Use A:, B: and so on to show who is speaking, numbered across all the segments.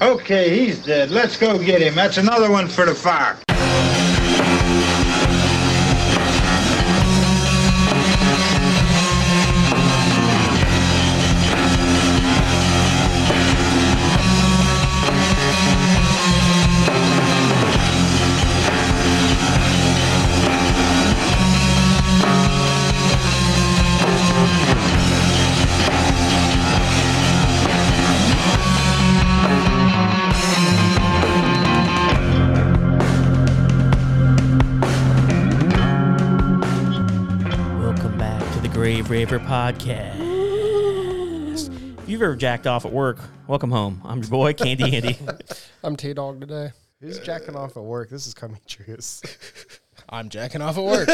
A: Okay, he's dead. Let's go get him. That's another one for the fire.
B: Welcome back to the Grave Raver Podcast. If you've ever jacked off at work, welcome home. I'm your boy, Candy Andy.
C: I'm T Dog today. Who's jacking off at work? This is Demetrius.
D: I'm jacking off at work.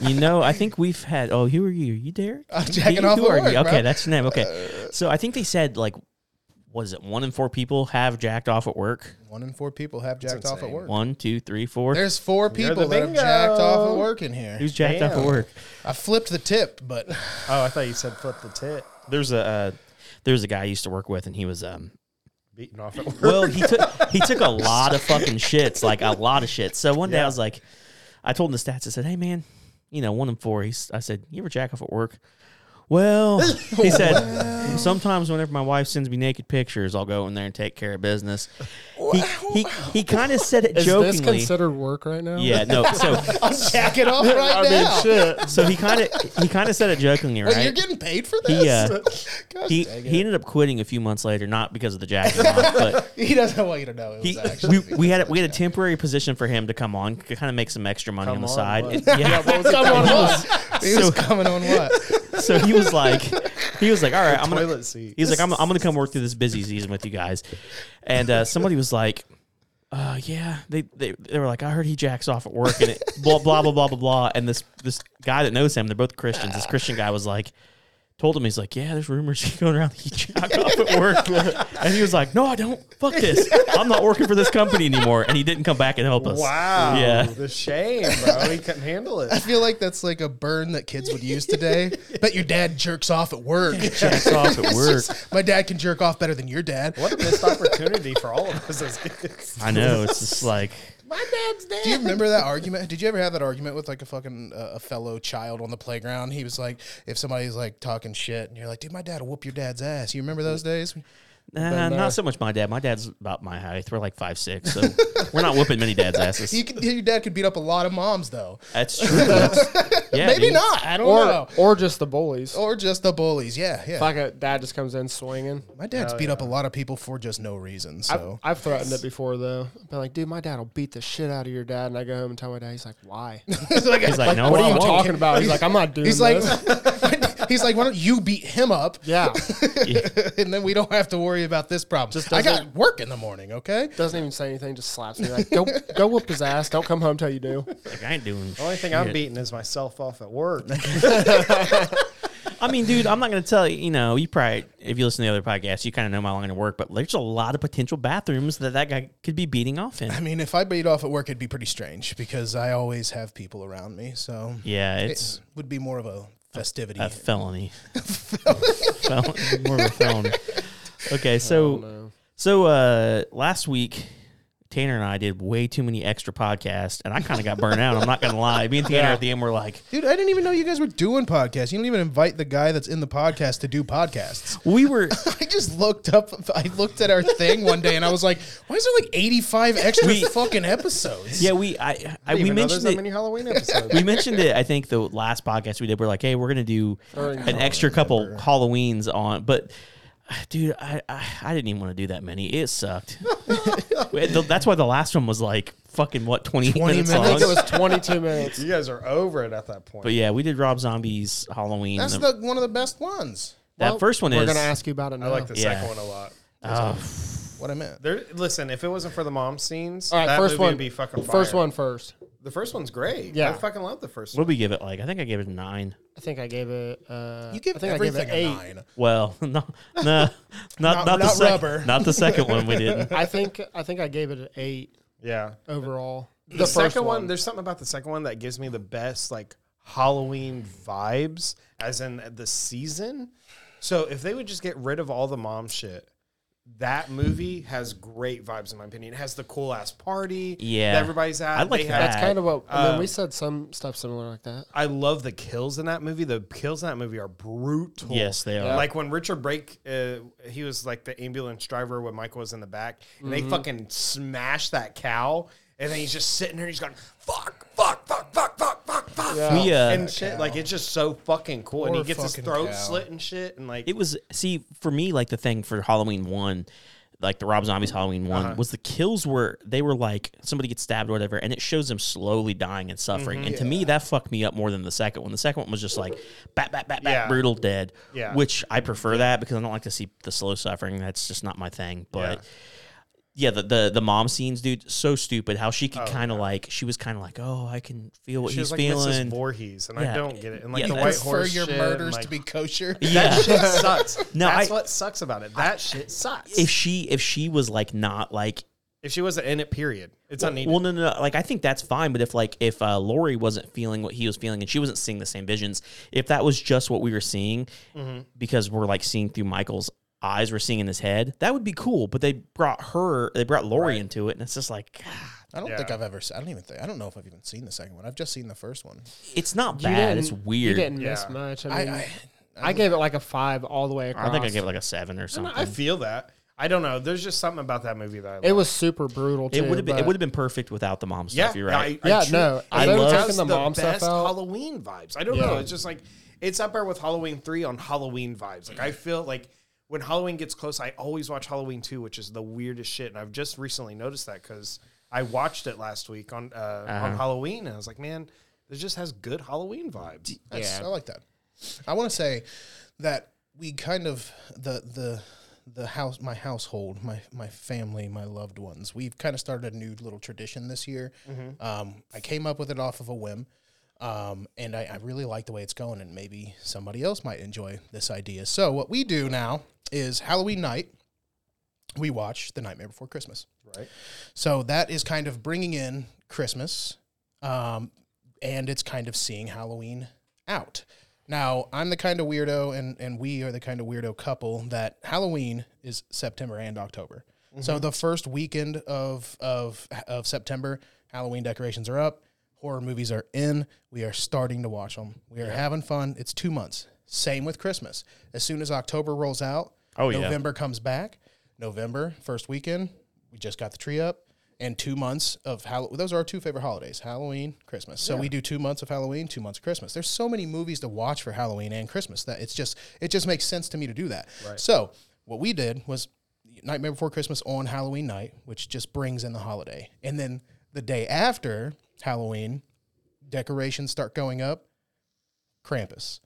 B: you know, I think we've had. Oh, who are you? Are you Derek?
D: I'm
B: Who-
D: jacking off
B: who
D: at
B: are
D: work.
B: you?
D: bro. Uh,
B: Okay, that's the name. Okay. So I think they said, like, was it one in four people have jacked off at work?
D: One in four people have jacked off at
C: insane.
D: work.
B: One, two, three, four.
D: There's four people that have
C: bingo.
D: jacked off at work in here.
B: Who's jacked off at
C: Damn.
B: work?
D: I flipped the tip, but
C: Oh, I thought you said flip the tit.
B: There's a. Uh, there's a guy I used to work with, and he was um,
C: Beating off at work.
B: Well, he took he took a lot of fucking shits, like a lot of shits. So one day I was like, I told him the stats. I said, "Hey, man, you know, one and four. He's, I said, "You ever jack off at work?" Well, he said, "Sometimes whenever my wife sends me naked pictures, I'll go in there and take care of business." He he, he kind of said it
C: Is this
B: jokingly.
C: considered work right now?
B: Yeah, no. So
D: I'm jacking off right
C: I
D: now.
C: mean, shit.
B: so he kind of he kind of said it jokingly,
D: Wait,
B: right?
D: You're getting paid for this?
B: he uh,
D: Gosh
B: he,
D: dang
B: he
D: it.
B: ended up quitting a few months later, not because of the jacking off, but
D: He doesn't want you to know it was
B: He,
D: actually.
B: we, we had a, we had a temporary position for him to come on, kind of make some extra money
C: Come
B: on the
C: on,
B: side.
C: what?
B: And- yeah.
D: Come on what? He was
B: So-
D: coming on what?
B: so he was like, he was like, all right, I'm gonna.
C: Toilet seat.
B: He's like, I'm, I'm gonna come work through this busy season with you guys, and uh, somebody was like, uh, yeah, they, they they were like, I heard he jacks off at work and it, blah blah blah blah blah blah, and this this guy that knows him, they're both Christians. This Christian guy was like. Told him he's like, yeah, there's rumors going around that he jacked off at work, and he was like, no, I don't. Fuck this. I'm not working for this company anymore. And he didn't come back and help us.
C: Wow.
B: Yeah.
C: The shame, bro. He couldn't handle it.
D: I feel like that's like a burn that kids would use today. Bet your dad jerks off at work.
B: jacks off at work.
D: My dad can jerk off better than your dad.
C: What a missed opportunity for all of us as kids.
B: I know. It's just like
C: My dad's dead.
D: Do you remember that argument? Did you ever have that argument with like a fucking uh, a fellow child on the playground? He was like, if somebody's like talking shit, and you're like, dude, my dad will whoop your dad's ass. You remember those days?
B: nah,
C: no.
B: uh,
D: uh,
B: not so much my dad. My dad's about my height. We're like five six, so we're not whooping many dads' asses.
D: You could, your dad could beat up a lot of moms though.
B: That's true. That's, yeah,
D: Maybe
B: dude.
D: not. I don't know.
C: Or, or just the bullies.
D: Or just the bullies. Yeah, yeah.
C: Like a dad just comes in swinging.
D: My dad's beat up a lot of people for just no reason.
C: I've,
D: So
C: I've threatened it before though. I've been like, dude, my dad will beat the shit out of your dad, and I go home and tell my dad. He's like, why?
D: he's like,
B: He's like, no,
C: what are
B: I
C: you
B: won't.
C: talking about? He's like, I'm not doing.
D: he's like,
C: this.
D: he's like, why don't you beat him up?
C: yeah,
D: and then we don't have to worry about this problem.
C: Just
D: I
C: doesn't-
D: got work in the morning. Okay.
C: doesn't even say anything, just slaps me. Like, go, go whoop his ass. Don't come home till you do.
B: Like, I ain't doing.
E: The only thing I'm beating is myself off at work.
B: I mean, dude, I'm not gonna tell you. You know, you probably if you listen to the other podcasts, you kind of know my line of work. But there's a lot of potential bathrooms that that guy could be beating off in.
D: I mean, if I beat off at work, it'd be pretty strange because I always have people around me. So
B: Yeah, it's
D: it would be more of a festivity.
B: a felony. Felony. More of a felony. Okay, so so uh last week Tanner and I did way too many extra podcasts and I kind of got burnt out. I'm not going to lie. Me and Tanner at the end were like,
D: Dude, I didn't even know you guys were doing podcasts. You don't even invite the guy that's in the podcast to do podcasts.
B: we were
D: I just looked up. I looked at our thing one day and I was like, why is there like 85 extra
B: We-
D: fucking episodes?
B: Yeah, we I, I
C: Even
B: we
C: though
B: mentioned
C: there's
B: it.
C: that many Halloween episodes.
B: we mentioned it. I think the last podcast we did, we're like, hey, we're gonna do
C: Or in
B: an extra couple Halloweens on, but. Dude, I, I I didn't even want to do that many. It sucked. That's why the last one was like fucking what twenty,
D: 20
B: minutes,
D: minutes.
C: I think it
B: long.
C: was 22 minutes.
E: You guys are over it at that point.
B: But yeah, we did Rob Zombie's Halloween.
D: That's
B: And
D: the, one of the best ones.
B: that
C: Well,
B: first one
C: we're
B: is
C: gonna ask you about it now.
E: I like the
B: Yeah.
E: second one a lot.
B: Oh,
D: What I meant.
E: There, listen, if it wasn't for the mom scenes,
C: All right,
E: that
C: first
E: movie
C: one.
E: would be fucking fire.
C: first one first.
E: The first one's great.
C: Yeah.
E: I fucking love the first
B: what
E: one.
B: did we give it? Like I think I gave it a nine.
C: I think I gave it. Uh,
D: You give
C: I think
D: everything
C: I gave it
D: a
C: eight.
D: nine.
B: Well, no, no, not not, the
D: not
B: sec-
D: rubber.
B: Not the second one we didn't.
C: I think I think I gave it an eight
E: Yeah.
C: overall.
E: The, second one, there's something about the second one that gives me the best like Halloween vibes, as in the season. So if they would just get rid of all the mom shit, that movie has great vibes in my opinion. It has the cool ass party.
B: Yeah.
E: that everybody's at.
B: I like
E: They
B: that.
E: have-
C: That's kind of what I mean. We said some stuff similar like that.
E: I love the kills in that movie. The kills in that movie are brutal.
B: Yes, they are.
E: Like when Richard Brake, uh, he was like the ambulance driver when Michael was in the back, and
B: Mm-hmm.
E: they fucking smashed that cow, and then he's just sitting there and he's going, fuck, fuck, fuck, fuck, fuck, fuck, fuck.
B: We, uh,
E: and shit. Like it's just so fucking cool. and
D: Poor
E: he gets his
D: fucking
E: throat
D: cow.
E: slit and shit. And like,
B: it was see for me like the thing for Halloween one, like the Rob Zombies Halloween one
E: Uh-huh.
B: was the kills were they were like somebody gets stabbed or whatever, and it shows them slowly dying and
E: Mm-hmm.
B: suffering. And to me, that fucked me up more than the second one. The second one was just like bat bat bat bat
E: Yeah.
B: brutal dead,
E: Yeah. Mm-hmm.
B: which I prefer that because I don't like to see the slow suffering. That's just not my thing, but. Yeah, the, the the mom scenes, dude, so stupid. How she could kind of like, she was kind of like, oh, I can feel what
E: Oh, she was
B: he's
E: like
B: feeling.
E: Mrs. Voorhees, and
B: Yeah.
E: I don't get it. And like
B: Yeah,
E: the
B: I
E: white
D: prefer
E: horse
D: your
E: shit,
D: murders
E: and, like,
D: to be kosher.
B: Yeah.
E: That shit sucks.
B: No,
E: That's
B: I-
E: what sucks about it. That shit sucks.
B: if she if she was like not like
E: If she wasn't in it, period. It's unneeded.
B: Well, no, no, no. Like I think that's fine, but if like if uh, Lori wasn't feeling what he was feeling and she wasn't seeing the same visions, if that was just what we were seeing,
E: Mm-hmm.
B: because we're like seeing through Michael's eyes, we're seeing in his head, that would be cool. But they brought her, they brought Lori into it, and it's just like ah,
D: I don't think
E: Yeah.
D: I've ever. se- I don't even think. I don't know if I've even seen the second one. I've just seen the first one.
B: it's not
C: You
B: bad. It's
C: didn't- You
B: weird.
C: didn't miss
E: Yeah.
C: much. I
D: I,
C: mean, I,
D: I
C: gave it like a five all the way across.
B: I think I gave it like a seven or something.
E: I feel that. I don't know. There's just something about that movie that I
C: it
E: love.
C: was super brutal. Too,
B: it would have been it
C: but-
B: would have been perfect without the mom stuff. You're right.
E: I- I
C: Yeah,
E: tru-
C: no, if
B: they were
E: it
B: taking
E: has
C: the mom stuff
E: best
C: out-
E: Halloween vibes. I don't know. It's just like it's up there with Halloween three on Halloween vibes. Like I feel like when Halloween gets close, I always watch Halloween two, which is the weirdest shit. And I've just recently noticed that because I watched it last week on uh,
C: Uh-huh.
E: on Halloween, and I was like, man, this just has good Halloween vibes.
D: That's- I like that. I want to say that we kind of the the the house my household my my family my loved ones we've kind of started a new little tradition this year um, i came up with it off of a whim um, and I, I really like the way it's going and maybe somebody else might enjoy this idea so what we do now is halloween night we watch the nightmare before christmas
E: Right.
D: so that is kind of bringing in Christmas, um, and it's kind of seeing Halloween out. Now, I'm the kind of weirdo, and, and we are the kind of weirdo couple that Halloween is September and October. So the first weekend of, of of September, Halloween decorations are up, horror movies are in. We are starting to watch them. We are having fun. It's two months. Same with Christmas. As soon as October rolls out,
B: Oh, yeah.
D: November comes back. November first weekend, we just got the tree up, and two months of Halloween. Those are our two favorite holidays: Halloween, Christmas. So we do two months of Halloween, two months of Christmas. There's so many movies to watch for Halloween and Christmas that it's just it just makes sense to me to do that. So what we did was Nightmare Before Christmas on Halloween night, which just brings in the holiday, and then the day after Halloween, decorations start going up. Krampus.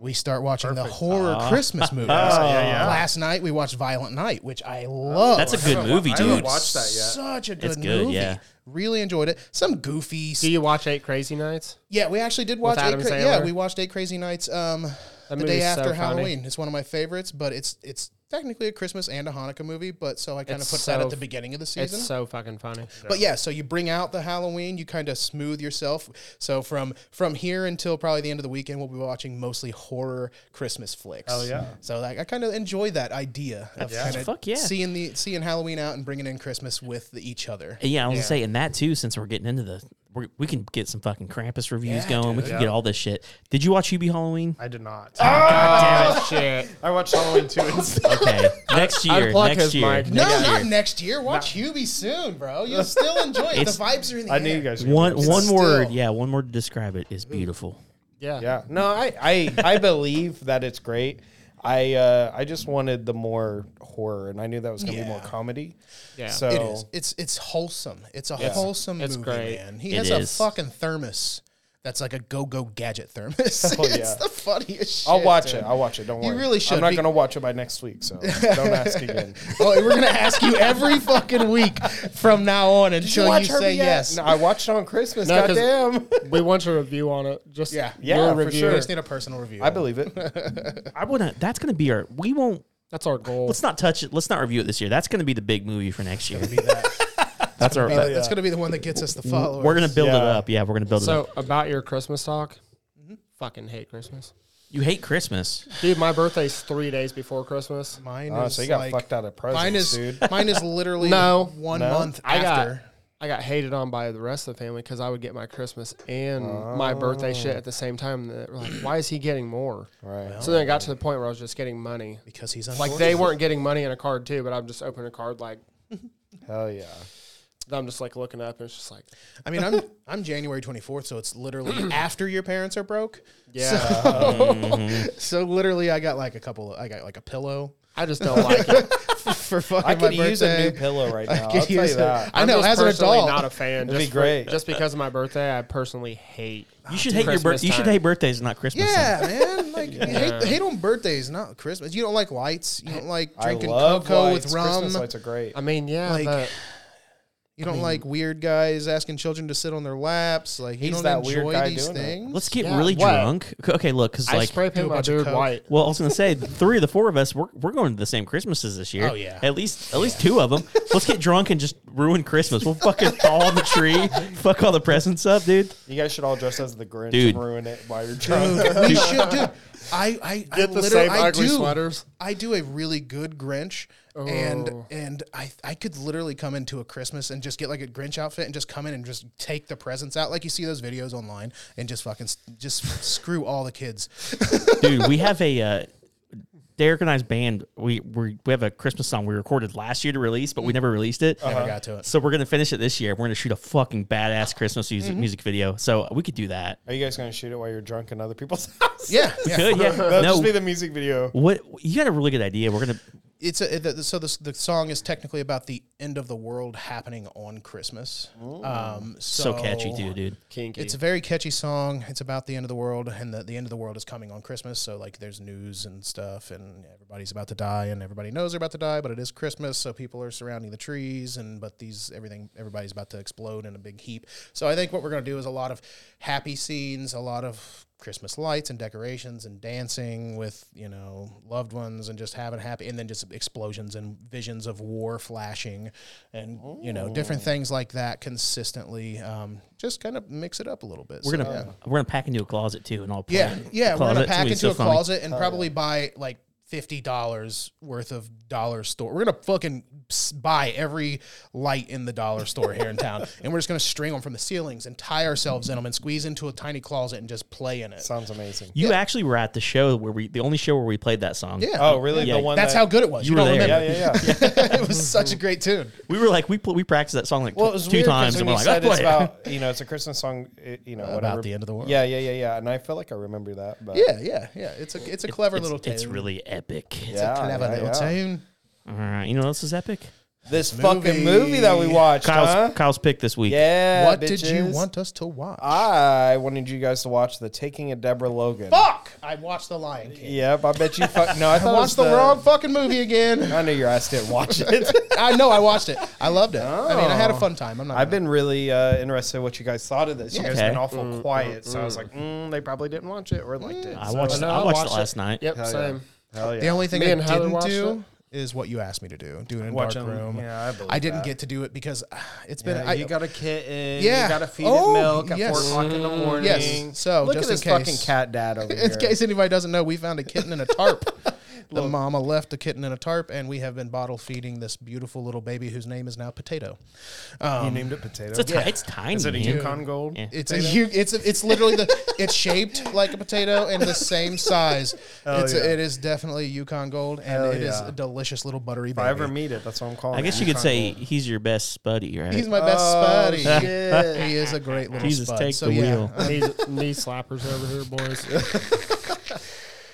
D: We start watching the horror
C: Uh-huh.
D: Christmas movies. Last night we watched Violent Night, which I love.
B: That's a good
E: haven't-
B: movie,
E: I
B: dude.
E: haven't watched that yet.
D: Such a good,
B: It's good,
D: movie.
B: yeah.
D: Really enjoyed it. Some goofy. s-
C: Do you watch Eight Crazy Nights?
D: yeah, we actually did watch. Eight
C: Adam
D: cra- yeah,
C: Sandler?
D: we watched Eight Crazy Nights. Um, the
C: movie's
D: day
C: so
D: after
C: funny.
D: Halloween. It's one of my favorites, but it's it's technically a Christmas and a Hanukkah movie. But so I kind of
C: It's
D: put that
C: so-
D: at the beginning of the season.
C: It's so fucking funny.
D: But yeah, so you bring out the Halloween, you kind of smooth yourself. So from from here until probably the end of the weekend, we'll be watching mostly horror Christmas flicks. Oh
E: yeah.
D: So like I kind of enjoy that idea of kind of
B: Fuck yeah.
D: seeing the seeing Halloween out and bringing in Christmas with the, each other.
B: And yeah, I was gonna say, and that too, since we're getting into the, we're, we can get some fucking Krampus reviews going. we can get all this shit. Did you watch UB Halloween?
E: I did not.
D: Ah.
C: Oh shit!
E: I watched Halloween two instead.
B: Okay, next year,
C: Unplug
B: next
C: his
B: year,
C: mic.
D: No,
C: Yeah.
D: not next year. Watch Hubie soon, bro. You'll still enjoy it. The
B: It's-
D: vibes are in the
E: I
D: air.
E: knew you guys. Were gonna
B: One
E: watch
B: one
D: still- Hmm.
B: word, yeah, one word to describe it is beautiful.
C: Yeah,
E: Yeah. No, I I, I believe that it's great. I uh, I just wanted the more horror, and I knew that was gonna be more
D: Yeah.
E: comedy.
C: Yeah.
E: So
D: It is. It's it's wholesome. It's a wholesome
C: It's
D: movie,
C: great.
D: man. He
B: It
D: has
B: is.
D: a fucking thermos that's like a go-go gadget thermos. it's
E: Oh, yeah.
D: the funniest shit.
E: I'll watch
D: dude.
E: it. I'll watch it. Don't
D: You
E: worry.
D: really should
E: I'm not
D: be-
E: gonna watch it by next week, so don't ask again.
D: Oh, we're gonna ask you every fucking week from now on until you,
E: Herbie
D: say
E: yet?
D: yes.
E: No, I watched it on Christmas.
C: No, 'cause-
E: goddamn.
C: we want your review on it. Just
D: Yeah.
E: Yeah,
C: your
E: for
C: review.
E: sure.
D: We just need a personal review.
E: I believe it.
B: I wanna. That's gonna be our. We won't.
C: That's our goal.
B: Let's not touch it. Let's not review it this year. That's gonna be the big movie for next year. that's our.
D: That- That's gonna be the one that gets us the followers.
B: We're gonna build it
E: Yeah.
B: up. Yeah, we're gonna build it up.
D: Mm-hmm.
C: So about your Christmas talk, fucking hate Christmas.
B: You hate Christmas.
C: Dude, my birthday's three days before Christmas.
D: Mine
E: Oh,
D: is
E: so you got
D: like,
E: fucked out of presents,
D: mine is
E: dude.
D: mine is literally
C: No.
D: one
E: No?
D: month
C: I got
D: after.
C: I got hated on by the rest of the family because I would get my Christmas and my birthday
D: Ah.
C: shit at the same time. That were like, why is he getting more?
E: Right.
C: So then it got to the point where I was just getting money.
D: because he's
C: Like they weren't getting money in a card too, but I'm just opening a card like
E: Hell yeah.
C: I'm just like looking up and it's just like
D: I mean, I'm I'm January 24th, so it's literally after your parents are broke.
C: Yeah.
E: Mm-hmm.
D: So, so literally, I got like a couple. I got like a pillow
C: I just don't like it.
D: for fucking my
E: I could
D: birthday.
E: use a new pillow right now. I'll tell you
D: use a-
E: that.
D: I
C: I'm
D: know,
C: just
D: as an
C: personally
D: adult.
C: not a fan.
E: It'd be
C: just for-
E: great.
C: just because of my birthday, I personally hate.
B: You should hate your
C: Christmas
B: bir- You should
C: time.
B: hate birthdays, not Christmas.
D: Yeah, man. Like you hate, hate on birthdays, not Christmas. You don't like lights. You don't like
E: I
D: drinking
E: love
D: cocoa
E: lights.
D: with rum.
E: Christmas lights are great.
C: I mean, yeah,
D: Like,
C: but
D: You don't like weird guys asking children to sit on their laps. Like you
E: He's
D: don't
E: that weird
D: enjoy
E: guy
D: these
E: doing it.
D: things.
B: Let's get
C: Yeah,
B: really
C: what?
B: drunk. C- Okay, look, because
C: I
B: like,
C: spray paint
D: do a
C: my
D: bunch of
C: dude
D: coke.
C: white.
B: well, I was gonna say, the three of the four of us, we're, we're going to the same Christmases this year.
D: Oh, yeah.
B: at least at least two of them. Let's get drunk and just ruin Christmas. We'll fucking thaw the tree, fuck all the presents up, dude.
E: You guys should all dress as the Grinch
B: Dude.
E: and ruin it while you're drunk.
D: Dude, we should, dude. I, I, I
C: Get the
D: literally,
C: same
D: I
C: ugly
D: do,
C: sweaters.
D: I do a really good Grinch, and
C: Oh.
D: and I, I could literally come into a Christmas and just get like a Grinch outfit and just come in and just take the presents out, like you see those videos online, and just fucking s- just screw all the kids.
B: dude we have a uh, derek and i's band we, we we have a christmas song we recorded last year to release but we never released it
D: Never got to it.
B: so we're gonna finish it this year we're gonna shoot a fucking badass christmas music, music video so we could do that
E: Are you guys gonna shoot it while you're drunk in other people's house?
D: Yeah, yeah.
B: Good, yeah
E: That'll
B: no
E: just be the music video.
B: what you got a really good idea we're gonna
D: It's a, the, so the, the song is technically about the end of the world happening on Christmas. Um,
B: so,
D: so,
B: catchy too dude
C: Kinky.
D: It's a very catchy song. It's about the end of the world, and the, the end of the world is coming on Christmas. So, like, there's news and stuff, and everybody's about to die, and everybody knows they're about to die, but it is Christmas, so people are surrounding the trees, and but these everything everybody's about to explode in a big heap. So, I think what we're gonna do is a lot of happy scenes, a lot of Christmas lights and decorations and dancing with you know loved ones and just having happy and then just explosions and visions of war flashing and you know different things like that consistently um, just kind of mix it up a little bit
B: we're
D: So,
B: gonna we're gonna pack into a closet too and all play
D: yeah
B: in the
D: yeah, yeah we're
B: closet.
D: gonna
B: It's
D: pack
B: be
D: into
B: so
D: a
B: funny.
D: closet and probably buy like fifty dollars worth of dollar store we're gonna fucking s- buy every light in the dollar store here in town and we're just gonna string them from the ceilings and tie ourselves in them and squeeze into a tiny closet and just play in it
E: Sounds amazing.
B: you actually were at the show where we the only show where we played that song
D: yeah
E: Oh, really?
B: Yeah,
E: the one
D: That's
E: that,
D: how good it was.
B: You
D: You,
B: were
D: don't
B: there.
E: Yeah,
D: remember?
E: yeah, yeah.
D: it was such a great tune.
B: we were like we pl- we practiced that song like
E: Well, it
B: tw-
E: was
B: two
E: weird 'cause
B: times and
E: when
B: we're
E: you
B: like
E: said
B: "Oh,
E: it's
B: yeah."
E: about you know it's a Christmas song, it- you know whatever.
D: the end of the world.
E: Yeah, yeah, yeah, yeah. And I feel like I remember that, but
D: Yeah, yeah, yeah. It's a it's a clever
B: it's,
D: little tune.
B: it's really epic
E: yeah,
D: clever
E: yeah,
D: little
E: yeah.
D: tune.
B: all right you know this is epic
E: This
D: movie.
E: fucking movie that we watched,
B: Kyle's
E: huh?
B: Kyle's pick this week.
E: Yeah.
D: what did you
E: bitches.
D: want us to watch?
E: I wanted you guys to watch the Taking of Deborah Logan.
D: Fuck! I watched The Lion King.
E: Yep, I bet you. Fuck, no, I
D: I
E: thought it
D: watched
E: was
D: the, wrong fucking movie again.
E: I know your ass didn't watch it.
D: I know I watched it. I loved it. I mean, I had a fun time. I'm not.
E: I've been really uh, interested what you guys thought of this. You guys
B: Okay.
E: been awful quiet, so I was like, mm, they probably didn't watch it or liked it.
B: I
E: So-
B: watched.
C: no,
B: I
C: I
B: watched it
C: watched it.
B: last night.
C: Yep,
E: Hell yeah.
C: same.
E: Hell yeah.
D: the only thing
C: Me
D: I
C: and Heather
D: didn't
C: watched
D: do is what you asked me to do. Do it in a dark
E: Watching-
D: room.
E: yeah, I believe
D: I didn't
E: that.
D: get to do it because uh, it's been.
E: Yeah,
D: I,
E: you got a kitten.
D: Yeah.
E: You got to feed
D: Oh,
E: it milk at
D: yes.
E: four o'clock in the morning.
D: Yes. So,
E: look
D: just
E: at this
D: in case.
E: fucking cat dad over here.
D: in case anybody doesn't know, we found a kitten in a tarp. the mama left a kitten in a tarp, and we have been bottle feeding this beautiful little baby whose name is now Potato. Um,
E: you named it potato.
B: It's, a ti- it's tiny.
E: Is it a
B: man.
E: Yukon Gold?
B: Yeah.
D: It's a hu- it's a, it's literally the it's shaped like a potato and the same size. it's a,
E: Oh, yeah.
D: it is definitely Yukon Gold, and
E: Hell
D: it is
E: yeah.
D: a delicious little buttery
E: If
D: baby.
E: I ever meet it, that's what I'm calling.
B: I guess
E: it.
B: you could say he's your best buddy, right?
D: He's my best
E: Oh,
D: buddy.
E: shit.
D: He is a great little
B: Jesus,
D: spud.
B: take
D: so
B: the
D: yeah,
B: wheel.
C: Knees- knee slappers over here, boys.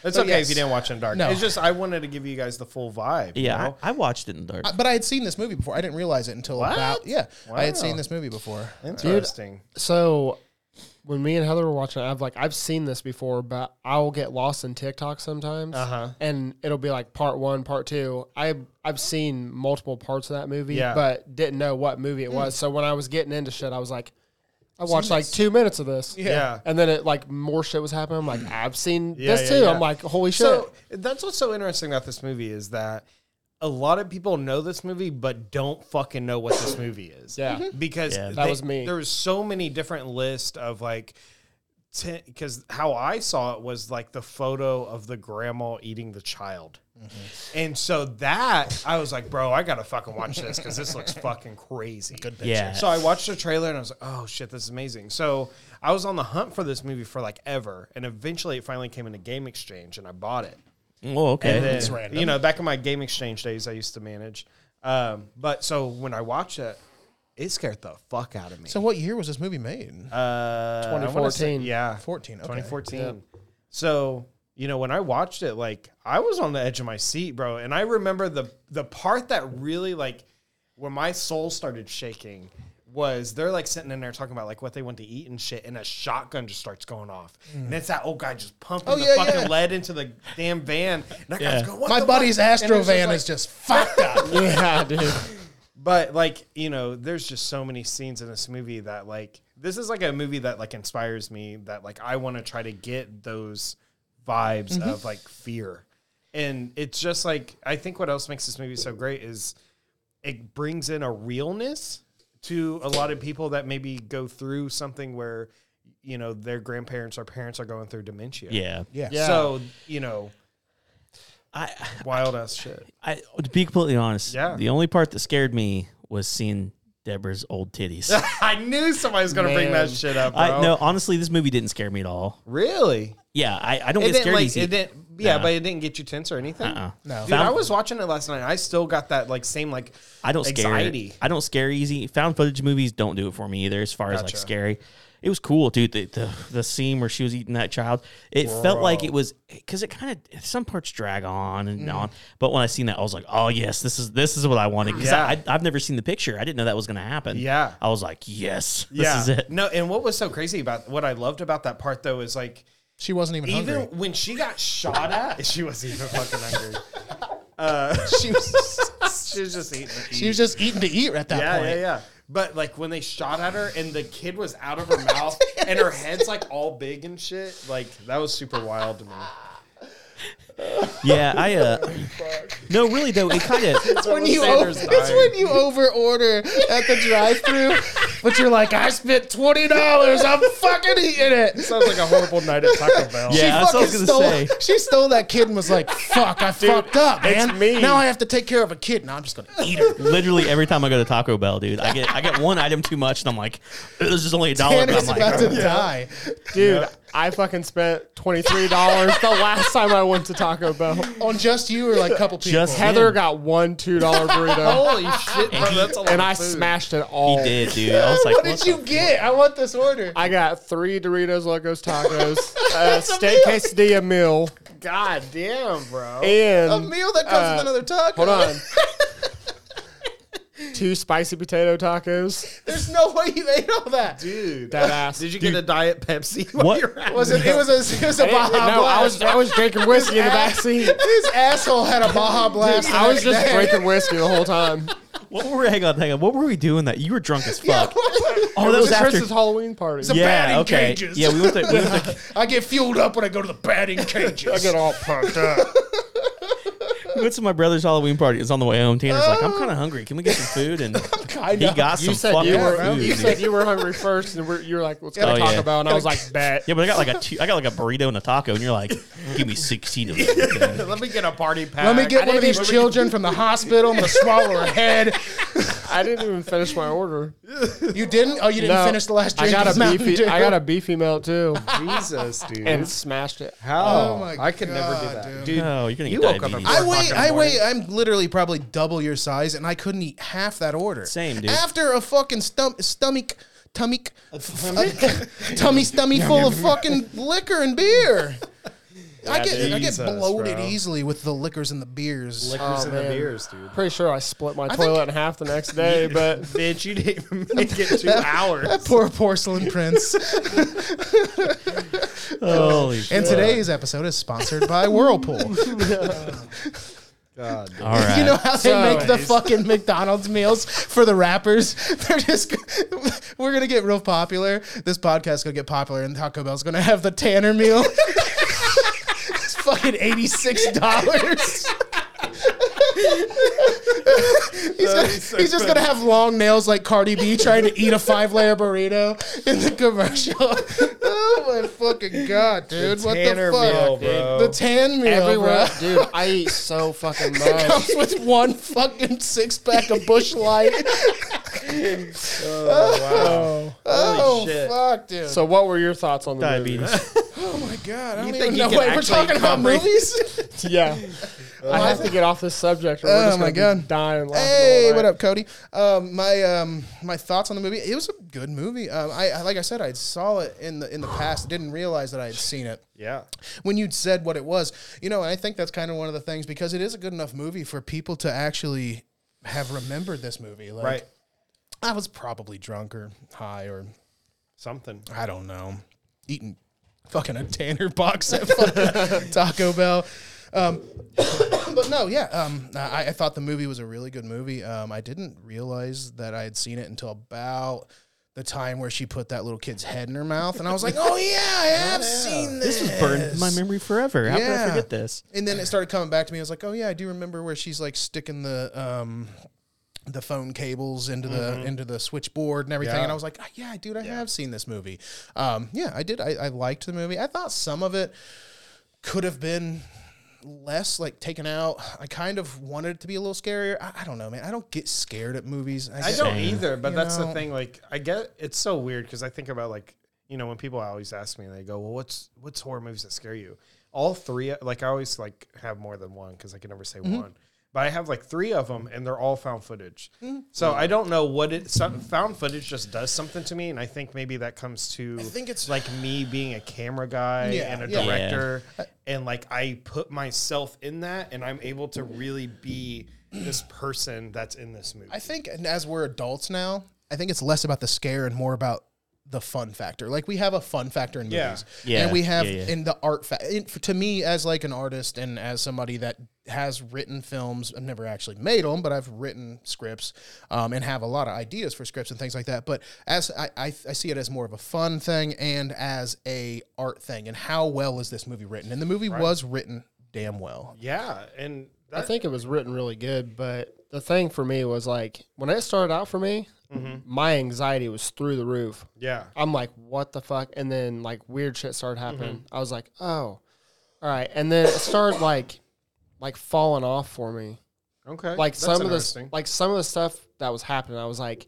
E: it's
D: but
E: okay
D: yes.
E: if you didn't watch it in dark.
D: No.
E: It's just I wanted to give you guys the full vibe. you
B: yeah,
E: know?
B: I, I watched it in the dark.
D: I- but I had seen this movie before. I didn't realize it until about yeah. I had seen this movie before.
E: interesting.
C: So when me and Heather were watching, it, I've like I've seen this before, but I'll get lost in TikTok sometimes,
E: Uh-huh.
C: and it'll be like part one, part two. I I've seen multiple parts of that movie,
E: Yeah.
C: but didn't know what movie
E: Mm.
C: it was. So when I was getting into shit, I was like, I watched like two minutes of this,
E: Yeah.
C: and then it like more shit was happening. I'm like, I've seen
E: Yeah,
C: this
E: yeah,
C: too.
E: yeah.
C: I'm like, holy shit.
E: So that's what's so interesting about this movie is that a lot of people know this movie but don't fucking know what this movie is.
C: Yeah.
E: Because
B: Yeah.
C: That was me.
E: There was so many different lists of like because how I saw it was like the photo of the grandma eating the child.
C: Mm-hmm.
E: And so that I was like, bro, I gotta fucking watch this because this looks fucking crazy. Good
B: Yeah.
E: So I watched the trailer and I was like, oh shit, this is amazing. So I was on the hunt for this movie for like ever, and eventually it finally came into Game Exchange and I bought it.
B: Oh, okay.
E: And then,
D: It's random.
E: You know, back in my game exchange days, I used to manage. Um, but so when I watched it, it scared the fuck out of me.
D: So what year was this movie made?
E: uh, I wanna
C: 2014.
E: say- yeah,
D: 14. Okay.
E: 2014. So you know, when I watched it, like I was on the edge of my seat, bro. And I remember the the part that really like where my soul started shaking was they're like sitting in there talking about like what they want to eat and shit, and a shotgun just starts going off, and it's that old guy just pumping the
D: Mm. Oh, yeah,
E: fucking
D: yeah.
E: lead into the damn van. And that guy's going, what
D: My
E: the fuck?"
D: buddy's
E: And it's just
D: Astro van
E: like-
D: is just fucked up.
C: yeah, dude.
E: but like you know there's just so many scenes in this movie that like this is like a movie that like inspires me that like i want to try to get those vibes of like fear and it's just like i think what else makes this movie so great is it brings in a realness to a lot of people that maybe go through something where you know their grandparents or parents are going through dementia
B: yeah.
D: Yeah.
E: so you know
B: I,
E: wild ass shit
B: I to be completely honest,
E: Yeah.
B: the only part that scared me was seeing Deborah's old titties.
E: i knew somebody was gonna bring that shit up bro.
B: I no, honestly, this movie didn't scare me at all.
E: really
B: Yeah, I, I don't get
E: It didn't
B: scared
E: like
B: easy.
E: it didn't. Yeah,
B: Nah.
E: but it didn't get you tense or anything.
B: Uh-uh.
D: No.
E: Dude, I was watching it last night. I still got that like same like.
B: I don't scare.
E: Anxiety.
B: I don't scare easy. Found footage movies don't do it for me either. As far as like scary, it was cool, dude. The the, the scene where she was eating that child, it felt like it was because it kind of some parts drag on and
E: Mm.
B: on. But when I seen that, I was like, oh yes, this is this is what I wanted because
E: Yeah.
B: I, I have never seen the picture. I didn't know that was gonna happen.
E: Yeah.
B: I was like, yes, this
E: yeah.
B: is it.
E: No, and what was so crazy about what I loved about that part though is like
D: She wasn't even,
E: even
D: hungry.
E: when she got shot at, she wasn't even fucking hungry.
D: She was,
E: she was just eating. to
D: she was
E: eat.
D: just eating to eat at that
E: yeah,
D: point.
E: yeah, yeah. But like when they shot at her and the kid was out of her mouth and her head's like all big and shit, like that was super wild to me.
B: Yeah, I uh, no, really though, it kind of.
D: When you over,
E: Sanders
D: it's
E: died.
D: when you over order at the drive through, but you're like, I spent twenty dollars. I'm fucking eating it.
E: Sounds like a horrible night at Taco Bell.
B: Yeah, that's what I was gonna
D: stole,
B: say.
D: She stole that kid and was like, "Fuck, I fucked up,
E: it's
D: man.
E: me."
D: Now I have to take care of a kid. Now I'm just gonna eat her."
B: Literally every time I go to Taco Bell, dude, I get I get one item too much, and I'm like, this is only a dollar. But I'm
D: Tanner's
B: like,
D: about to die.
C: Dude, I fucking spent twenty three dollars the last time I went to Taco Bell.
D: On just you or like a couple people.
B: Just
C: Heather
B: him.
C: got one two dollar burrito,
E: Holy shit, bro, that's a lot
C: and
E: of
C: I
E: food.
C: smashed it all.
B: He did, dude. I was like,
D: what did you get? I want this order.
C: I got three Doritos, Locos Tacos, a steak quesadilla meal,
E: God damn, bro.
C: and
D: a meal that comes with another taco.
C: hold on, two spicy potato tacos.
D: There's no way you ate all that.
E: Dude.
C: That ass.
E: Did you get a diet Pepsi?
B: What?
E: You're at
D: Was it, it was a it was a
C: I didn't-
D: Baja
C: no, I was
D: Blast.
C: I was drinking whiskey in the back seat.
D: His asshole had a Baja Blast. the
C: I was
D: next
C: just
D: day.
C: drinking whiskey the whole time.
B: What were we, hang on, hang on. What were we doing that? You were drunk as
D: Yeah,
B: fuck. oh, that was, after.
C: Chris's Halloween party.
B: yeah,
D: batting
B: okay.
D: cages.
B: Yeah, we went to. We went to,
D: I get fueled up when I go to the batting cages. I get all pumped up.
B: we went to my brother's Halloween party. It was on the way home. Tanner's like, I'm
D: Oh.
B: kind of hungry. Can we get some food? And
D: kind
B: he got
C: You
B: some
C: said
B: fucking
C: you were
B: food.
C: you
B: dude.
C: said you were hungry first, and we're, you were like, "Let's go
B: Oh,
C: to Taco
B: yeah.
C: Bell," and I was like, "Bet."
B: yeah, but I got like a two, I got like a burrito and a taco, and you're like, give me sixteen of them.
E: Let me get a party pack.
D: Let me get one of
C: didn't
D: these children from the hospital. I'm gonna swallow her head.
C: I didn't even finish my order.
D: You didn't? Oh, you didn't
C: No,
D: finish the last
C: I
D: drink.
C: got
D: of
C: a
D: Mountain
C: beefy.
D: Dew.
C: I got a beefy melt too,
E: Jesus, dude.
C: and smashed it.
E: How?
D: Oh my
E: I could never
D: God,
E: do that. Dude,
B: No, Oh, you're gonna get
E: You woke up
B: diabetes.
E: at
D: I
E: four
D: weigh,
E: o'clock in the
D: I
E: morning.
D: weigh, I'm literally probably double your size, and I couldn't eat half that order.
B: Same, dude.
D: After a fucking stum- stomach, tummy, tummy, stummy full of fucking liquor and beer. I get, I get
E: Jesus,
D: bloated
E: bro.
D: easily with the liquors and the beers.
E: liquors and the
C: man.
E: beers, dude.
C: Pretty sure I split my
D: think-
C: toilet in half the next day, but
E: Bitch, you didn't even make it two hours.
D: Poor porcelain prince.
B: Holy
D: and today's episode is sponsored by Whirlpool.
E: God,
B: All right.
D: You know how they
C: So-
D: make the fucking McDonald's meals for the rappers? They're just we're gonna get real popular. This podcast's gonna get popular, and Taco Bell's gonna have the Tanner meal. it's fucking eighty six dollars. He's gonna He's just gonna have long nails like Cardi B trying to eat a five layer burrito in the commercial. oh my fucking god, dude! what the
E: Tanner
D: fuck?
E: meal, bro.
D: The tan meal,
C: Everywhere,
D: bro.
C: dude, I eat so fucking much.
D: Comes with one fucking six pack of Bush Light.
E: Oh, wow.
D: oh
E: shit.
D: fuck, dude!
C: So, what were your thoughts on the
B: diabetes.
D: oh my god, I don't
E: think
D: even
E: you
D: know
E: can
D: why we're
E: actually Oh,
D: talking about
E: cover-
D: movies.
C: movie? Yeah, I have to get off this subject. Or we're
D: Oh
C: just
D: my
C: gonna be
D: God.
C: dying. laughing
D: Hey,
C: all
D: what
C: night.
D: up, Cody? Um, my um, my thoughts on the movie. It was a good movie. Um, I, I like I said, I saw it in the in the past. Didn't realize that I had seen it
E: Yeah.
D: when you'd said what it was. You know, and I think that's kind of one of the things because it is a good enough movie for people to actually have remembered this movie. Like,
E: Right.
D: I was probably drunk or high or
E: Something.
D: I don't know, eating fucking a Tanner box at fucking Taco Bell. Um, but no, yeah, um, I, I thought the movie was a really good movie. Um, I didn't realize that I had seen it until about the time where she put that little kid's head in her mouth, and I was like, oh yeah, I have seen this. This
B: Burned my memory forever. How could I
D: Yeah.
B: forget this?
D: And then it started coming back to me. I was like, oh yeah, I do remember where she's like sticking the um, the phone cables into
B: Mm-hmm.
D: the into the switchboard and everything. And I was like, oh, yeah, dude, I have seen this movie. Um, yeah, I did. I, I liked the movie. I thought some of it could have been less like taken out. I kind of wanted it to be a little scarier. I, I don't know, man. I don't get scared at movies.
E: I
D: get-
E: don't either, but
D: You
E: that's
D: know.
E: the thing. Like, I get it's so weird because I think about like you know when people always ask me, they go, "Well, what's what's horror movies that scare you?" All three, like I always like have more than one because I can never
D: Mm-hmm.
E: say one, but I have like three of them, and they're all found footage.
D: Mm-hmm.
E: So I don't know what it some, found footage just does something to me, and I think maybe that comes to I
D: think it's-
E: like me being a camera guy
D: Yeah,
E: and a
D: yeah.
E: director, and like I put myself in that, and I'm able to really be this person that's in this movie.
D: I think, and as we're adults now, I think it's less about the scare and more about the fun factor. Like we have a fun factor in movies,
E: Yeah.
B: Yeah,
D: and we have
B: yeah, yeah.
D: in the art. Fa- in, to me, as like an artist and as somebody that has written films, I've never actually made them, but I've written scripts um, and have a lot of ideas for scripts and things like that. But as I, I, I see it as more of a fun thing and as a art thing. And how well is this movie written? And the movie was written damn well.
E: Yeah, and
C: I
E: that,
C: think it was written really good, but the thing for me was like when it started out for me,
E: Mm-hmm.
C: my anxiety was through the roof.
E: yeah,
C: I'm like, what the fuck? And then like weird shit started
E: Mm-hmm.
C: happening. I was like, oh, all right. And then it started like, like falling off for me.
E: okay,
C: Like
E: That's
C: some of this,
E: interesting.
C: like some of the stuff that was happening, I was like,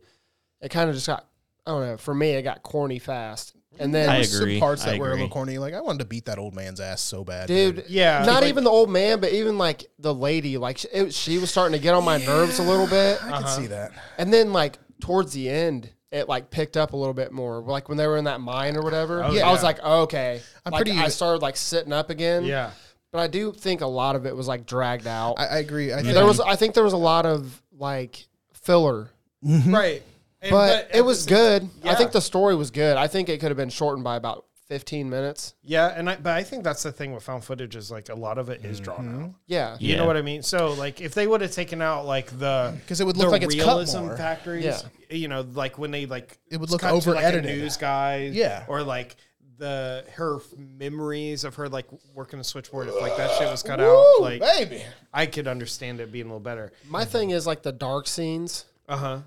C: it kind of just got, I don't know. For me, it got corny fast. And then,
B: I
D: There's
B: agree.
D: Some parts that
B: I
D: were a little
B: agree.
D: corny. Like I wanted to beat that old man's ass so bad,
C: dude,
E: Yeah,
C: not
E: like-
C: even the old man, but even like the lady, like she, it, she was starting to get on my nerves a little bit.
D: I could see that.
C: And then like towards the end, it like picked up a little bit more. Like when they were in that mine or whatever,
D: yeah.
C: I was like, oh, okay.
D: I'm
C: Like,
D: pretty-
C: I started like sitting up again.
E: yeah,
C: But I do think a lot of it was like dragged out.
D: I, I agree. I think
C: there was, I think there was a lot of like filler,
E: right. And,
C: but, it was good. I
E: yeah.
C: think the story was good. I think it could have been shortened by about 15 minutes.
E: yeah, and I but I think that's the thing with found footage is like a lot of it is drawn
D: Mm-hmm.
E: out.
C: Yeah.
E: You know
B: Yeah.
E: what I mean? So like if they would have taken out like the
D: 'Cause it would look
E: the
D: like it's cut
E: realism
D: more.
E: factories,
C: Yeah.
E: you know, like when they like
D: It would look
E: cut to, like, a
D: over-edited.
E: news guy,
D: Yeah.
E: or like the her f- memories of her like working a switchboard. If like that shit was cut out, like
D: baby.
E: I could understand it being a little better.
C: My thing is like the dark scenes.
E: Uh huh.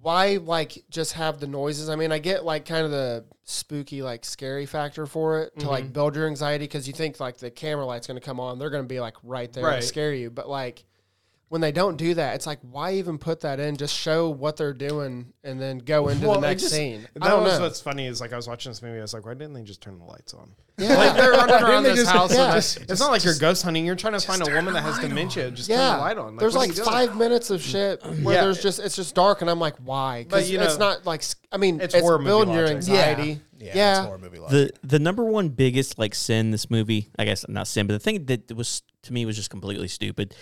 C: why like just have the noises? I mean, I get like kind of the spooky, like scary factor for it to
E: Mm-hmm.
C: like build your anxiety because you think like the camera light's going to come on, they're going to be like right there
E: Right.
C: to scare you. But like when they don't do that, it's like why even put that in? Just show what they're doing and then go into the
E: it
C: next
E: just-
C: scene.
E: That
C: I don't
E: was
C: know.
E: what's funny is like I was watching this movie. I was like, why didn't they just turn the lights on?
C: Yeah.
E: Like they're running around
D: they
E: this
D: just-
E: house.
D: yeah.
E: and
D: Just-
E: it's not like you're ghost hunting. You're trying to find a woman that has dementia. Just turn
C: yeah,
E: the light on.
C: there's
E: what are
C: like
E: you doing?
C: five minutes of shit where
E: Yeah.
C: there's just it's just dark, and I'm like, why? 'Cause
E: But, you
C: it's
E: know,
C: not like s- I mean,
E: it's
C: it's,
E: horror movie
C: building your
E: logic.
C: anxiety.
D: Yeah,
C: Yeah,
D: it's horror movie logic.
B: the the number one biggest like sin this movie i guess not sin but the thing that was to me was just completely stupid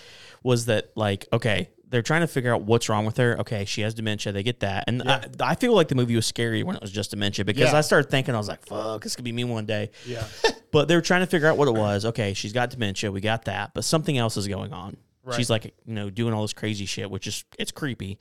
B: was that like okay they're trying to figure out what's wrong with her okay she has dementia they get that and I, I feel like the movie was scary when it was just dementia because
D: Yeah.
B: i started thinking i was like fuck this could be me one day yeah but they were trying to figure out what it was okay she's got dementia we got that but something else is going on She's like, you know, doing all this crazy shit, which is it's creepy.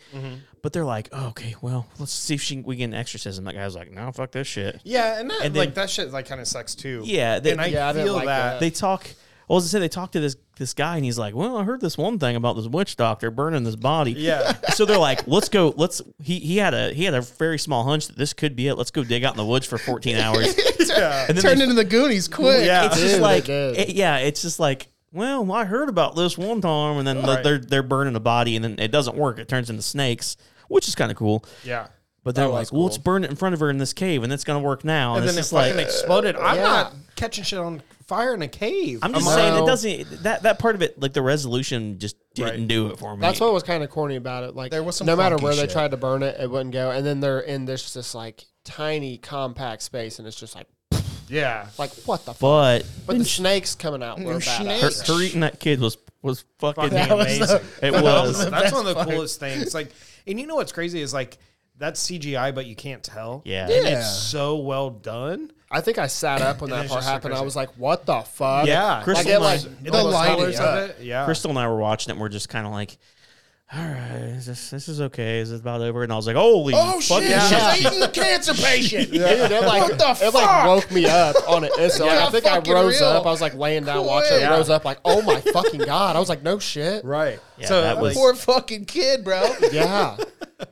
B: But they're like, oh, okay, well, let's see if she we get an exorcism. That guy's like, no, fuck this shit.
E: Yeah, and, that,
B: And
E: like
B: then-
E: that shit like kind of sucks too.
B: Yeah, they-
E: and I
C: Yeah, I didn't
E: feel
C: like
E: that.
C: that.
B: they talk Well, as I said, they talked to this this guy, and he's like, "Well, I heard this one thing about this witch doctor burning this body."
F: Yeah.
B: so they're like, "Let's go. Let's." He he had a he had a very small hunch that this could be it. Let's go dig out in the woods for 14 hours. And then
D: Turned
B: they-
D: into the Goonies quick.
F: Yeah.
B: it's just
C: Dude,
B: like
C: they did.
B: it- yeah, it's just like. Well, I heard about this one time, and then the- they're they're burning a body, and then it doesn't work. It turns into snakes, which is kind of cool.
F: Yeah.
B: But they're like,
C: was
B: "Well, let's burn it in front of her in this cave, and it's gonna work now." And,
F: And
B: it's
F: then it
B: just
F: fucking
B: like,
F: exploded. I'm
C: Yeah.
F: not catching shit on fire in a cave.
B: I'm just
C: I'm
B: saying it
C: out.
B: doesn't that that part of it like the resolution just didn't do it for me.
C: That's what was kind of corny about it. Like
D: There was some
C: no matter
D: funky
C: where
D: shit.
C: they tried to burn it, it wouldn't go. And then they're in this this like tiny compact space, and it's just like
F: yeah.
C: like what the. Fuck?
B: But
C: But the snakes coming out were
B: her,
C: badass.
D: snakes.
B: her eating that kid was was fucking
F: Fucking That was amazing.
B: it was.
D: that was the
F: that's
D: best
F: one of the
D: part.
F: coolest things. Like, and you know what's crazy is like that's CGI, but you can't tell.
B: Yeah.
F: and
D: Yeah.
F: it's so well done.
C: I think I sat up when that
F: it's
C: part
F: just so
C: happened. I
F: crazy.
C: was like, what the fuck?
F: Yeah,
B: Crystal
C: I get like
B: Mines-
F: the
C: all those
D: lighting,
C: colors
D: yeah.
C: of it.
F: Of it, yeah.
B: Crystal and I were watching it. and We're just kind of like, all right, is this this is okay. Is it about over? And I was like, holy
D: Oh shit!
B: fucking
D: Yeah.
B: shit.
D: She's eating the cancer patient.
C: Dude, it like,
D: What the
C: it like
D: fuck?
C: woke me up on it. It's like,
D: Yeah,
C: I think I
D: fucking
C: rose
D: real.
C: up. I was like laying down watching it.
D: Quick.
C: Rose up like, oh my fucking god. I was like, no shit.
F: right.
B: Yeah,
F: so
B: that was-
D: Poor fucking kid, bro.
C: Yeah.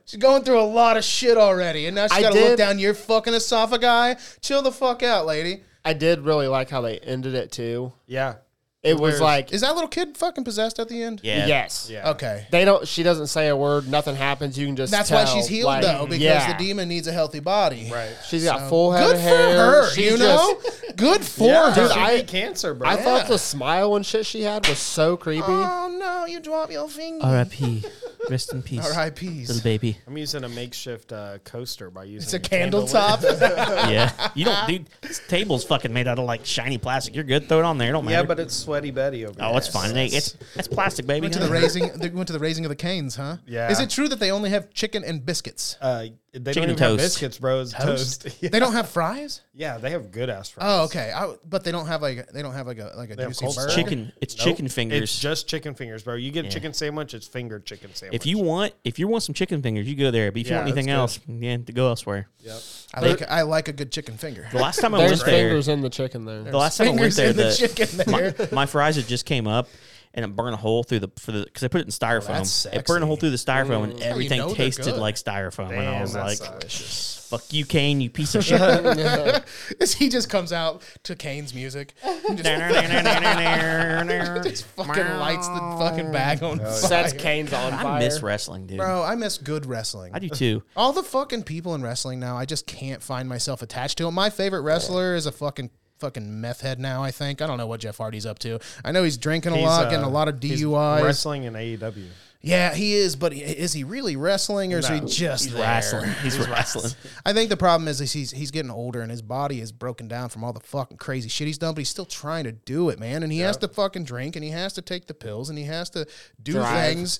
D: She's going through a lot of shit already, and now she's
C: I
D: got to
C: did-
D: look down your fucking esophagi. Chill the fuck out, lady.
C: I did really like how they ended it too.
F: yeah,
C: It was like
D: Is that little kid fucking possessed at the end?
B: Yeah.
C: yes.
F: yeah.
D: Okay.
C: They don't. She doesn't say a word. Nothing happens. You can just.
D: That's why
C: tell,
D: she's healed
C: like,
D: though, because
C: yeah.
D: the demon needs a healthy body.
F: Right.
C: She's got full head
D: Good
C: of
D: for
C: hair.
D: her,
C: She's
D: you know. Good for
F: Yeah,
D: her.
F: dude,
C: I-
F: I cancer, bro.
C: I thought the smile and shit she had was so creepy.
D: Oh no, you dropped your finger.
B: R.I.P. Rest in peace,
D: R.I.P.s.
B: little baby.
F: I'm using a makeshift uh, coaster by using
D: It's a candle
F: lit-
D: top.
B: Yeah, you don't, dude. This table's fucking made out of like shiny plastic. You're good. Throw it on there. It don't matter.
F: Yeah, but it's sweaty Betty over there.
B: oh, it's fine. It ain't- It's it's plastic, baby.
D: went to the raising. They went to the raising of the canes, huh?
F: Yeah.
D: Is it true that they only have chicken and biscuits?
F: Uh, they don't even
B: Chicken and
F: have
B: toast.
F: biscuits, bro. It's toast. Yeah.
D: They don't have fries.
F: yeah, they have good ass fries.
D: Oh, okay. I, but they don't have like they don't have like a like a
F: have
D: juicy
F: cold
D: burger.
B: chicken. It's chicken fingers.
F: It's just chicken fingers, bro. You get a chicken sandwich, it's fingered chicken sandwich.
B: If you want, if you want some chicken fingers, you go there. But if you
F: Yeah,
B: want anything
F: that's
B: else, yeah, to go elsewhere.
D: I like I like a good chicken finger.
B: The last time I
C: There's
B: went there,
C: fingers in the chicken there.
B: the last time I went
D: fingers
B: there,
D: in the
B: the-
D: chicken
B: my,
D: there.
B: my fries had just came up, and it burned a hole through the for the because I put it in
D: that's
B: styrofoam. it burned a hole through
D: sexy.
B: the styrofoam, and
D: Oh, you
B: everything
D: know they're
B: tasted
D: good.
B: like styrofoam. and I
F: Damn,
B: was like,
F: that's delicious.
B: "Fuck you, Kane, you piece of shit." Nah,
D: As he just comes out to Kane's music, and just,
B: nah, nah, nah, nah, nah, nah.
D: just fucking lights the fucking bag on fire.
C: Sets canes on fire.
B: I miss wrestling, dude.
D: Bro, I miss good wrestling.
B: I do too.
D: All the fucking people in wrestling now, I just can't find myself attached to. 'em. My favorite wrestler is a fucking fucking meth head now. I think I don't know what Jeff Hardy's up to. I know he's drinking a
F: He's,
D: lot,
F: uh,
D: getting a lot of
F: he's
D: DUIs.
F: Wrestling in E AEW.
D: yeah, he is, but he- is he really wrestling or is he
F: No,
D: just
B: He's
D: there?
B: wrestling. He's wrestling.
D: I think the problem is is he's he's getting older and his body is broken down from all the fucking crazy shit he's done, but he's still trying to do it, man. And he has to fucking drink and he has to take the pills and he has to do
C: Drive.
D: things.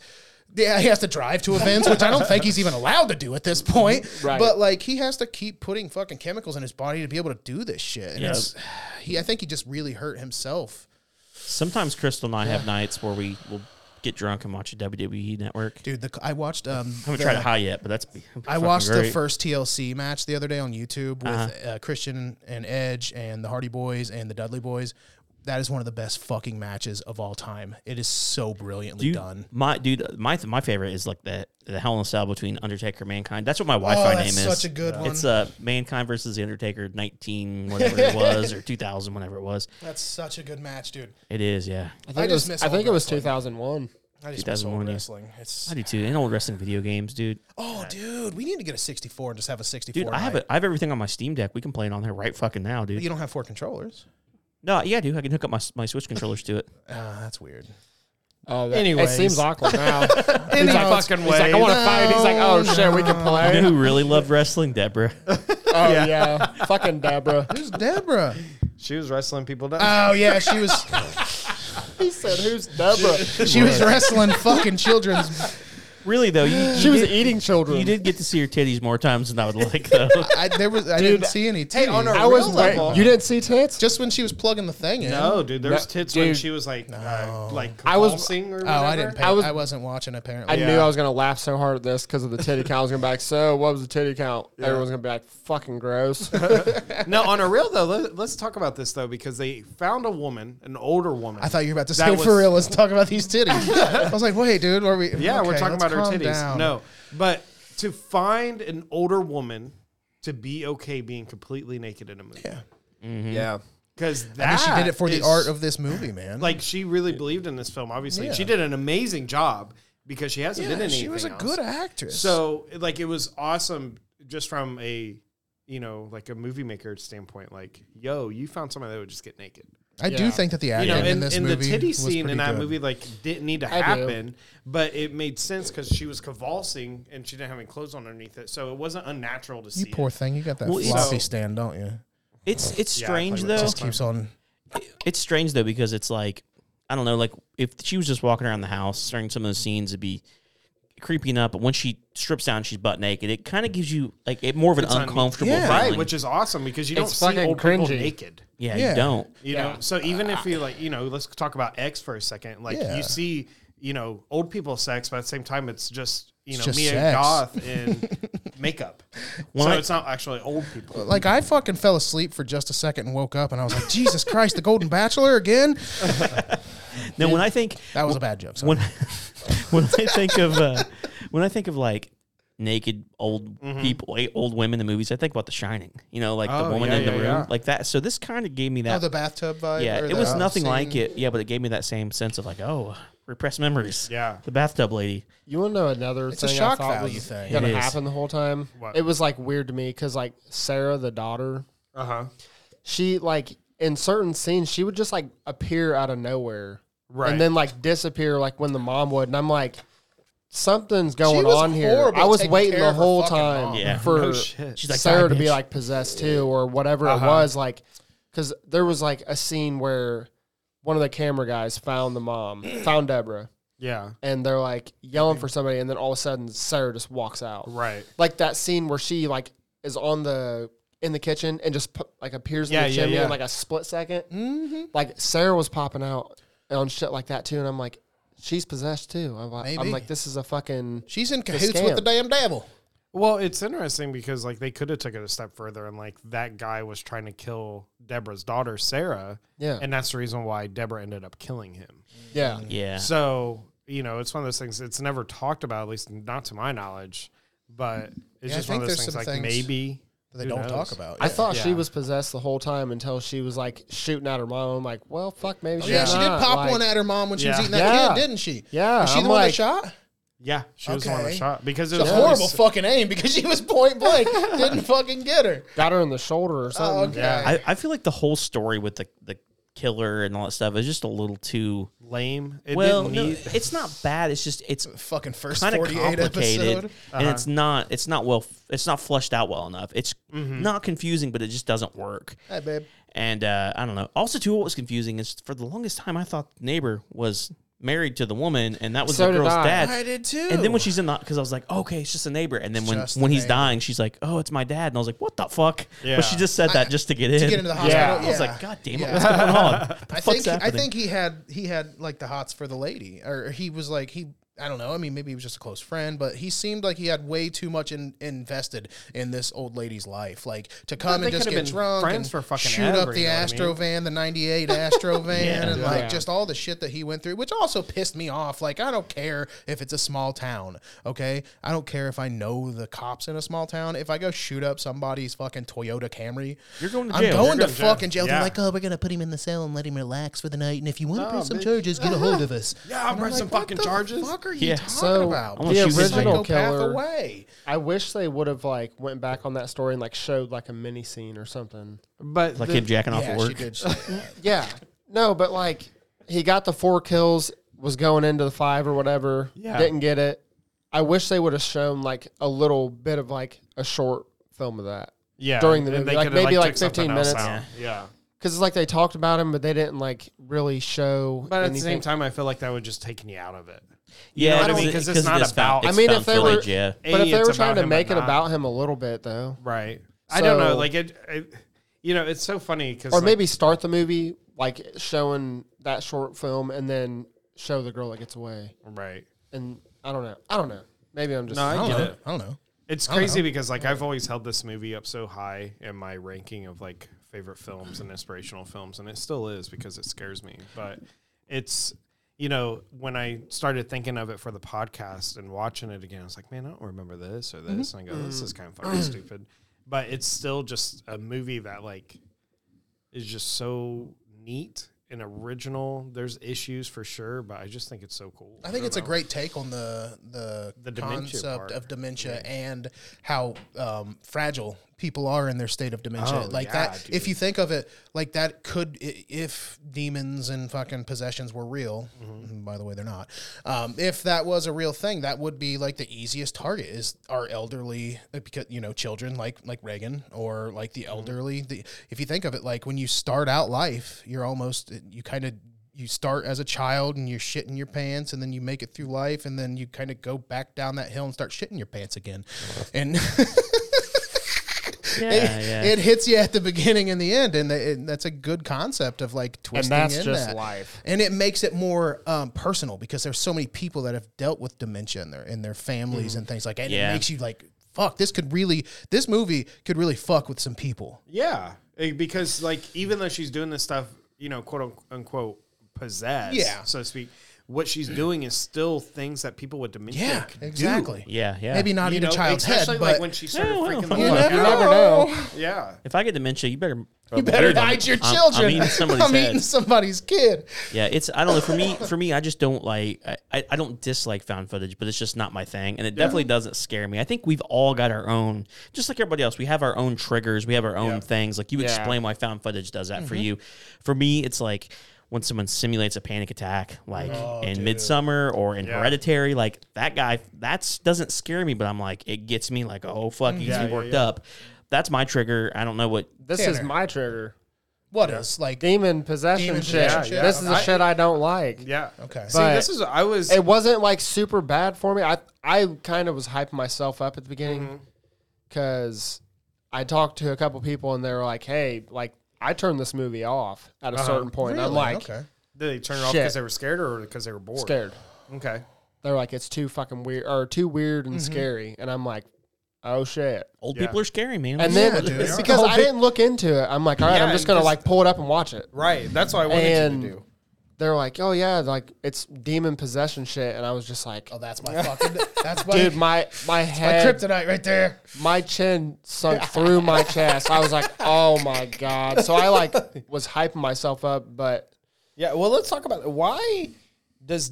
D: Yeah, he has to drive to events, which I don't think he's even allowed to do at this point.
C: Right.
D: But like he has to keep putting fucking chemicals in his body to be able to do this shit. And it's he I think he just really hurt himself.
B: Sometimes Crystal and I have nights where we will get drunk and watch a WWE network.
D: Dude, the I watched um
B: I haven't
D: the-
B: tried it high yet, but that's.
D: I watched the first TLC match the other day on YouTube with
B: Uh-huh.
D: uh Christian and Edge and the Hardy Boys and the Dudley Boys. That is one of the best fucking matches of all time. It is so brilliantly
B: Dude,
D: done.
B: My dude, my my favorite is like the the Hell in a Cell between Undertaker and Mankind. That's what my Wi-Fi
D: Oh, that's
B: name is.
D: such a good one.
B: It's uh Mankind versus the Undertaker, nineteen whatever it was, or two thousand whatever it was.
D: That's such a good match, dude.
B: It is, yeah.
C: I think,
D: I
C: it,
D: just
C: was,
D: miss
C: I
D: old
C: think it was
D: wrestling.
C: 2001.
D: I just miss
B: 2001,
D: old
B: yeah.
D: wrestling. It's
B: I do too. And old wrestling video games, dude.
D: oh, dude, we need to get a sixty-four and just have a sixty-four.
B: Dude, I have
D: night.
B: it. I have everything on my Steam Deck. We can play it on there right fucking now, dude.
D: You don't have four controllers.
B: No, yeah, dude. I can hook up my my Switch controllers to it.
D: Uh, that's weird.
C: Oh, that, it
F: Anyways.
C: seems awkward now. he's
F: Any
C: like,
F: fucking
C: he's like, I
F: way.
C: want to fight. He's like, oh shit, we can
B: You
C: play.
B: know who really loved wrestling, Deborah?
C: Oh yeah, fucking Deborah.
D: Who's Deborah?
F: She was wrestling people down.
D: oh yeah, she was.
C: He said, "Who's Deborah?"
D: She was wrestling fucking children's
B: Really though, you,
C: She
B: you
C: was
B: did,
C: eating children.
B: You did get to see her titties more times than I would like though.
D: I, there was, I didn't see any titties.
E: on a
C: I was
E: real
C: wait,
E: level.
C: You didn't see tits?
D: just when she was plugging the thing in.
E: No, dude, there's
C: No,
E: tits when
C: dude.
E: she was like, uh, like
C: I was-
E: convulsing or
D: Oh, I
E: whatever.
D: didn't. Pay,
C: I
D: I,
C: was-
D: was, I wasn't watching apparently.
C: I
E: Yeah.
C: knew I was gonna laugh so hard at this because of the titty count. I was gonna be like, "So, what was the titty count?" Everyone's gonna be like, "Fucking gross."
E: No, on a real though, let, let's talk about this though because they found a woman, an older woman.
D: I thought you were about to
E: That
D: say
E: was-
D: for real. Let's talk about these titties. I was like, wait, dude, are we?
E: Yeah, we're
D: okay,
E: talking
D: let's
E: about her
D: calm
E: titties.
D: down.
E: No, but to find an older woman to be okay being completely naked in a movie. Yeah,
C: yeah,
E: because
D: I
E: that
D: mean, she did it for the
E: is-
D: art of this movie, man.
E: Like she really believed in this film. Obviously,
D: Yeah.
E: she did an amazing job because she hasn't
D: Yeah,
E: been in anything.
D: she was a
E: else.
D: good actress.
E: So like it was awesome just from a you know like a movie maker standpoint. Like yo, you found somebing that would just get naked.
D: I do think that the
E: You
D: acting
E: know, and,
D: in this
E: and the
D: movie
E: titty
D: was
E: scene
D: pretty
E: in that
D: good.
E: movie like didn't need to
C: do.
E: happen, but it made sense because she was convulsing and she didn't have any clothes on underneath it, so it wasn't unnatural to
D: You
E: see. it.
D: poor thing, you got that
B: Well, it's-
D: floppy
E: So-
D: stand, don't you?
B: It's it's
E: Yeah, I
B: strange
E: played with
B: though.
D: Just keeps on.
B: It's strange though because it's like I don't know, like if she was just walking around the house during some of those scenes, it'd be creepy enough. But when she strips down, she's butt naked. It kind of gives you like it more of an
E: It's un-
B: uncomfortable
D: Yeah.
B: feeling.
E: Right, which is awesome because you don't
C: It's
E: see
C: fucking
E: old people
C: cringy.
E: naked.
B: yeah,
D: Yeah.
B: you don't.
E: You know, so even if you like, you know, let's talk about X for a second. Like
D: Yeah.
E: you see, you know, old people sex, but at the same time, it's just you know
D: just
E: Mia
D: sex.
E: Goth in makeup. so
B: I-
E: it's not actually old people.
D: Like I fucking fell asleep for just a second and woke up and I was like, Jesus Christ, the Golden Bachelor again?
B: Now when I think
D: That was a bad joke. Sorry.
B: when when I think of uh, when I think of like naked old people, eh, old women in movies, I think about The Shining. You know, like the
E: Mm-hmm. Oh,
B: woman
E: yeah,
B: in the
E: yeah,
B: room,
E: yeah.
B: like that. So this kind of gave me
D: Oh,
B: that.
D: the bathtub vibe.
B: yeah,
D: or
B: it
D: the
B: was nothing
D: scene.
B: like it. Yeah, but it gave me that same sense of like, oh, repressed memories.
E: Yeah.
B: the bathtub lady.
C: you want to know another
D: It's a
C: thing
D: shock
C: I thought
D: value
C: was
D: thing.
C: gonna
B: It is.
C: happen the whole time?
E: What?
C: It was like weird to me because like Sarah, the daughter,
E: Uh huh.
C: she like in certain scenes she would just like appear out of nowhere,
E: Right.
C: And then like disappear like when the mom would, and I'm like. Something's going
D: was
C: on here.
D: horrible
C: I was
D: taking
C: waiting
D: care
C: the
D: of her
C: whole
D: fucking
C: time
D: mom.
B: Yeah.
C: for
E: No shit.
B: She's like,
C: Sarah
B: "Die,
C: to be
B: bitch."
C: like possessed too, or whatever
E: Uh-huh.
C: it was. Like, because there was like a scene where one of the camera guys found the mom, found Deborah,
E: Yeah.
C: and they're like yelling for somebody, and then all of a sudden Sarah just walks out.
E: Right.
C: Like that scene where she like is on the in the kitchen and just pu- like appears in
E: Yeah,
C: the
E: yeah,
C: chimney
E: yeah.
C: in like a split 2nd
D: Mm-hmm.
C: Like Sarah was popping out on shit like that too, and I'm like, she's possessed too. I'm like, I'm
D: Maybe.
C: like this is a fucking.
D: She's in cahoots with
C: scam.
D: the damn devil.
E: Well, it's interesting because like they could have took it a step further and like that guy was trying to kill Deborah's daughter Sarah.
C: Yeah.
E: And that's the reason why Deborah ended up killing him.
C: Yeah.
B: Yeah,
E: So, you know, it's one of those things it's never talked about, at least not to my knowledge. But it's
D: Yeah, I
E: just one
D: think
E: of those
D: there's
E: things
D: some
E: like
D: things
E: maybe
D: that They
E: who
D: don't
E: knows?
D: talk about.
C: I thought she
E: Yeah.
C: was possessed the whole time until she was like shooting at her mom. I'm like, well, fuck, maybe she's
D: Oh, Yeah, she did
C: not,
D: pop
C: like-
D: one at her mom when she was
E: Yeah.
D: eating that
C: Yeah.
D: kid, didn't she?
C: Yeah,
D: Was she
C: I'm
D: the one that
C: like-
D: shot?
E: Yeah, she was the one that
D: Okay.
E: shot because it
D: It's
E: was
D: a horrible fucking aim because she was point blank. Didn't fucking get her.
C: Got her in the shoulder or
D: Oh,
C: something.
D: okay.
B: I, I feel like the whole story with the the killer and all that stuff is just a little too.
E: lame. It
B: well,
E: didn't
B: no,
E: need
B: it's not bad. It's just it's
D: fucking first
B: kind of
D: 48
B: complicated,
D: episode.
B: and it's not it's not well it's not flushed out well enough. It's not confusing, but it just doesn't work.
D: Hey, babe.
B: And uh, I don't know. Also, too, what was confusing is for the longest time I thought the neighbor was married to the woman, and that was
C: So
B: the
C: did
B: girl's
C: I.
B: dad.
D: I did too.
B: And then when she's in the, because I was like, okay, it's just a neighbor. And then when
D: just
B: when
D: the
B: he's
D: neighbor.
B: dying, she's like, oh, it's my dad. And I was like, what the fuck?
E: Yeah.
B: But she just said that just to get in.
D: get into the hospital. Yeah.
B: I was like,
D: Yeah.
B: god damn it,
D: Yeah.
B: what's going on? The
D: I
B: fuck's
D: think I
B: happening?"
D: think he had he had like the hots for the lady, or he was like he. I don't know. I mean, maybe he was just a close friend, but he seemed like he had way too much in, invested in this old lady's life. Like to come
E: they
D: and just
E: could've
D: get
E: been
D: drunk
E: friends
D: and
E: for fucking
D: shoot
E: ever,
D: up the
E: you know what I
D: Astro
E: mean?
D: van, the '98 Astro van, and like
C: Yeah.
D: just all the shit that he went through, which also pissed me off. Like I don't care if it's a small town, okay? I don't care if I know the cops in a small town. If I go shoot up somebody's fucking Toyota Camry,
B: You're going to
D: I'm
B: jail.
D: going
B: You're
D: to
E: jail.
D: fucking jail.
E: Yeah.
D: They're like, oh, we're going to put him in the cell and let him relax for the night. And if you want to press some charges, get a hold of us.
E: Oh, Yeah, I'll
D: And
E: press some
D: what
E: fucking
D: the
E: charges.
D: fuck are you
B: Yeah.
D: talking
C: So,
D: about?
B: I wanna the shoot this original
D: psychopath
C: killer-
D: away.
C: I wish they would have like went back on that story and like showed like a mini scene or something.
E: but
B: like
E: the-
B: him jacking off
D: Yeah,
B: at
D: she
B: work.
D: did. shit like that.
C: Yeah. No, but like he got the four kills, was going into the five or whatever.
E: Yeah.
C: Didn't get it. I wish they would have shown like a little bit of like a short film of that.
E: yeah,
C: during the
E: and
C: movie,
E: they
C: like,
E: could've,
C: maybe, like,
E: took something
C: 15
E: else
C: minutes.
E: out. Yeah.
C: because it's like they talked about him, but they didn't like really show.
E: But at
C: anything.
E: the same time, I feel like that would just take me out of it.
B: Yeah,
E: know what I
B: because
E: mean?
B: it-
E: 'Cause it's
B: 'cause it
E: not
B: is found-
E: about-
B: it's
C: I mean,
B: found
C: if they were-
B: footage, yeah.
C: but if
E: A,
C: they
E: it's
C: were trying to
E: him,
C: make
E: but
C: it
E: not-
C: about him a little bit though,
E: right, I don't know.
C: So-
E: Like it, it you know, it's so funny because
C: or maybe start the movie like showing that short film and then show the girl that gets away.
E: right.
C: And I don't know. I don't know. Maybe I'm just.
E: No, I
D: I don't
E: get
D: know.
E: it.
D: I don't know.
E: It's crazy because like I've always held this movie up so high in my ranking of like favorite films and inspirational films, and it still is because it scares me. But it's you know when I started thinking of it for the podcast and watching it again, I was like, man, I don't remember this or
D: Mm-hmm.
E: this, and I go, this is kind of fucking stupid. But it's still just a movie that like is just so neat and original. There's issues for sure, but I just think it's so cool.
D: I think
E: don't
D: it's a
E: know.
D: great take on the the,
E: The dementia
D: concept
E: part.
D: of dementia and how um, fragile people are in their state of dementia.
E: Oh,
D: like
E: yeah,
D: that,
E: dude.
D: if you think of it, like that could i- if demons and fucking possessions were real. By the way, they're not. Um, if that was a real thing, that would be like the easiest target is our elderly, uh, because you know children like like Reagan or like the elderly. The, if you think of it, like when you start out life, you're almost uh, you kind of you start as a child and you're shitting your pants and then you make it through life and then you kind of go back down that hill and start shitting your pants again and
B: Yeah, yeah.
D: it hits you at the beginning and the end and, they- and that's a good concept of like twisting
C: that's
D: in
C: just
D: that.
C: life.
D: and it makes it more um, personal because there's so many people that have dealt with dementia in their in their families and things like that and
B: Mm-hmm. Yeah.
D: it makes you like fuck this could really this movie could really fuck with some people
E: Yeah, eh, because like even though she's doing this stuff, you know, quote unqu- unquote possessed,
D: Yeah.
E: so to speak, what she's doing is still things that people with dementia,
D: yeah
E: can
D: exactly
B: Yeah, yeah.
D: maybe not
E: do,
D: eat
E: you know,
D: a child's head
E: especially
D: but
E: like when she started
B: Yeah, well,
E: freaking the
B: you
E: fuck out.
C: never know.
E: Yeah,
B: if I get dementia, you better
D: You better hide your
B: I'm-
D: children.
B: I'm eating somebody's
D: I'm eating
B: head.
D: somebody's kid.
B: Yeah, it's I don't know. For me, for me, I just don't like. I- I, I don't dislike found footage, but it's just not my thing, and it definitely doesn't scare me. I think we've all got our own, just like everybody else. We have our own triggers. We have our own things. Like you explain why found footage does that for
C: Mm-hmm.
B: you. For me, it's like when someone simulates a panic attack, like in Midsummer or in Hereditary. Like that guy, that's doesn't scare me, but I'm like it gets me. Like oh fuck, he gets me worked up. That's my trigger. I don't know what.
C: This is
D: Tanner.
C: my trigger.
D: What is like?
C: Demon possession
D: Demon
C: shit.
D: possession shit.
C: This is the
E: I-
C: shit I don't like.
E: yeah.
D: Okay.
E: See,
C: But-
E: this is I was
C: It wasn't like super bad for me. I I kind of was hyping myself up at the
D: Mm-hmm.
C: beginning because I talked to a couple people and they were like, "Hey, like I turned this movie off at a certain point." And I'm like
D: Uh-huh. okay.
E: did they turn it off
C: Shit.
E: because they were scared or because they were bored?
C: scared.
E: Okay.
C: They're like, "It's too fucking weird or too weird and
D: Mm-hmm.
C: scary," and I'm like, "Oh shit."
B: Old people are scary, man.
C: And
D: Yeah,
C: then
D: dude. It's
C: because
D: the whole
C: I
D: big-
C: didn't look into it, I'm like, all right,
E: Yeah,
C: I'm just
E: and
C: gonna
E: just-
C: like pull it up and watch it.
E: Right. That's what I wanted
C: And-
E: you to do.
C: They're like, oh yeah, like it's demon possession shit, and I was just like,
D: Oh, that's my fucking. That's my,
C: dude, my my
D: my
C: head,
D: kryptonite right there.
C: my chin sunk through my chest. I was like, oh my god. So I like was hyping myself up, but
F: Yeah, well, let's talk about why does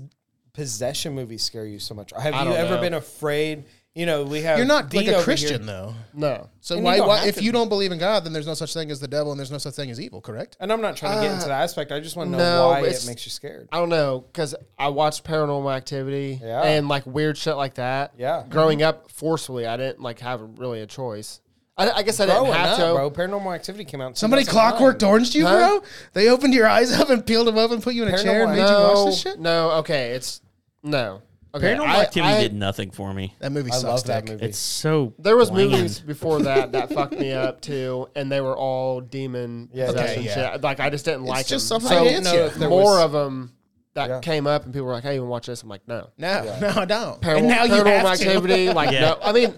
F: possession movies scare you so much? Have you
C: don't
F: ever
C: know.
F: been afraid? You know, we have
E: Uh,
D: You're not
F: Dean
D: like
F: over
D: a
F: here.
D: Christian though.
C: no.
D: So
F: And you
D: why?
F: don't
D: why
F: have
D: if
F: to
D: you
F: be.
D: don't believe in God, then there's no such thing as the devil, and there's no such thing as evil. Correct?
F: And I'm not trying to get
D: Uh,
F: into that aspect. I just want to know
C: no,
F: why it
C: it's-
F: makes you scared.
C: I don't know because I watched Paranormal Activity
F: Yeah.
C: and like weird shit like that.
F: Yeah.
C: growing up forcefully, I didn't like have really a choice. I, I guess I didn't
F: Growing
C: have
F: up,
C: to.
F: bro. Paranormal Activity came out. in
D: Somebody
F: 2009.
D: clockworked oranged you, bro. They opened your eyes up and peeled them up and put you in a chair and made
C: no,
D: you watch this shit.
C: No, okay, it's no. Okay,
B: Paranormal
C: I-
B: Activity
C: I-
B: did nothing for me.
D: That movie
F: I
D: sucks.
F: love that
D: dick.
F: movie.
B: It's so
C: There was
B: bland.
C: movies before that that fucked me up too, and they were all demon possession
D: Okay, yeah.
C: shit. Like I just didn't like
D: just
C: them.
D: something that hits you.
C: if there more of them that came up, and people were like, "Hey, you want to watch this?" I'm like, "No."
D: No, no, I don't.
C: Paranormal,
D: and now you
C: Paranormal
D: have
C: activity,
D: to.
C: like
B: Yeah.
C: no. I mean,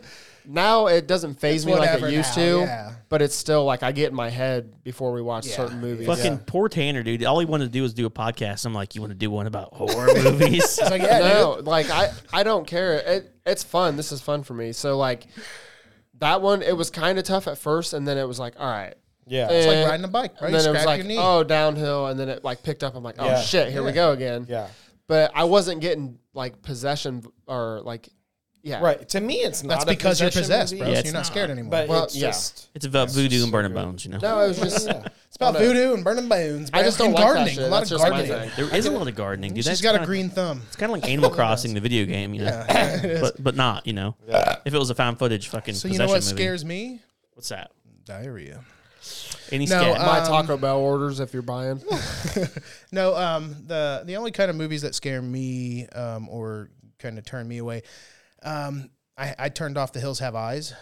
C: now it doesn't phase
D: It's
C: me like
D: whatever
C: it used
D: now,
C: to,
D: yeah.
C: but it's still like I get in my head before we watch certain movies.
B: Fucking poor Tanner, dude. All he wanted to do was do a podcast. I'm like, you want to do one about horror movies?
D: Like, yeah, dude.
C: no, like I, I don't care. It, it's fun. This is fun for me. So like that one, it was kind of tough at first, and then it was like, all right,
F: Yeah.
D: It's
C: Eh.
D: like riding a bike, right?
C: And then
D: You
C: it
D: scratch
C: was like,
D: your knee.
C: oh, downhill, and then it like picked up. I'm like, oh
F: Yeah.
C: shit, here we go again.
F: Yeah.
C: But I wasn't getting like possession or like, yeah,
F: Right. To me, it's not
D: That's
F: a
D: because you're
F: possession
D: possessed,
F: movie,
D: bro.
B: Yeah,
D: so
B: it's
D: you're not scared anymore.
F: But
C: Well,
F: it's
C: yeah.
F: just
B: it's about voodoo and burning bones, you know.
C: No, it was just
D: It's about voodoo and burning balloons.
C: I
D: man,
C: just don't
D: and
C: like that
D: gardening.
C: shit.
D: A lot
C: That's
D: of
C: just my
D: gardening.
C: thing.
B: there is a lot of gardening, dude.
D: She's
B: That's
D: got
B: kinda-
D: a green thumb.
B: It's kind of like Animal Crossing, the video game, you know. but but not, you know. If it was a found footage fucking
D: So you
B: possession
D: know what
B: movie.
D: scares me?
B: What's that?
D: Diarrhea.
B: Any
D: No,
B: scat?
D: uh,
C: Buy Taco Bell orders if you're buying.
D: No, um, the the only kind of movies that scare me um, or kind of turn me away, um, I, I turned off The Hills Have Eyes.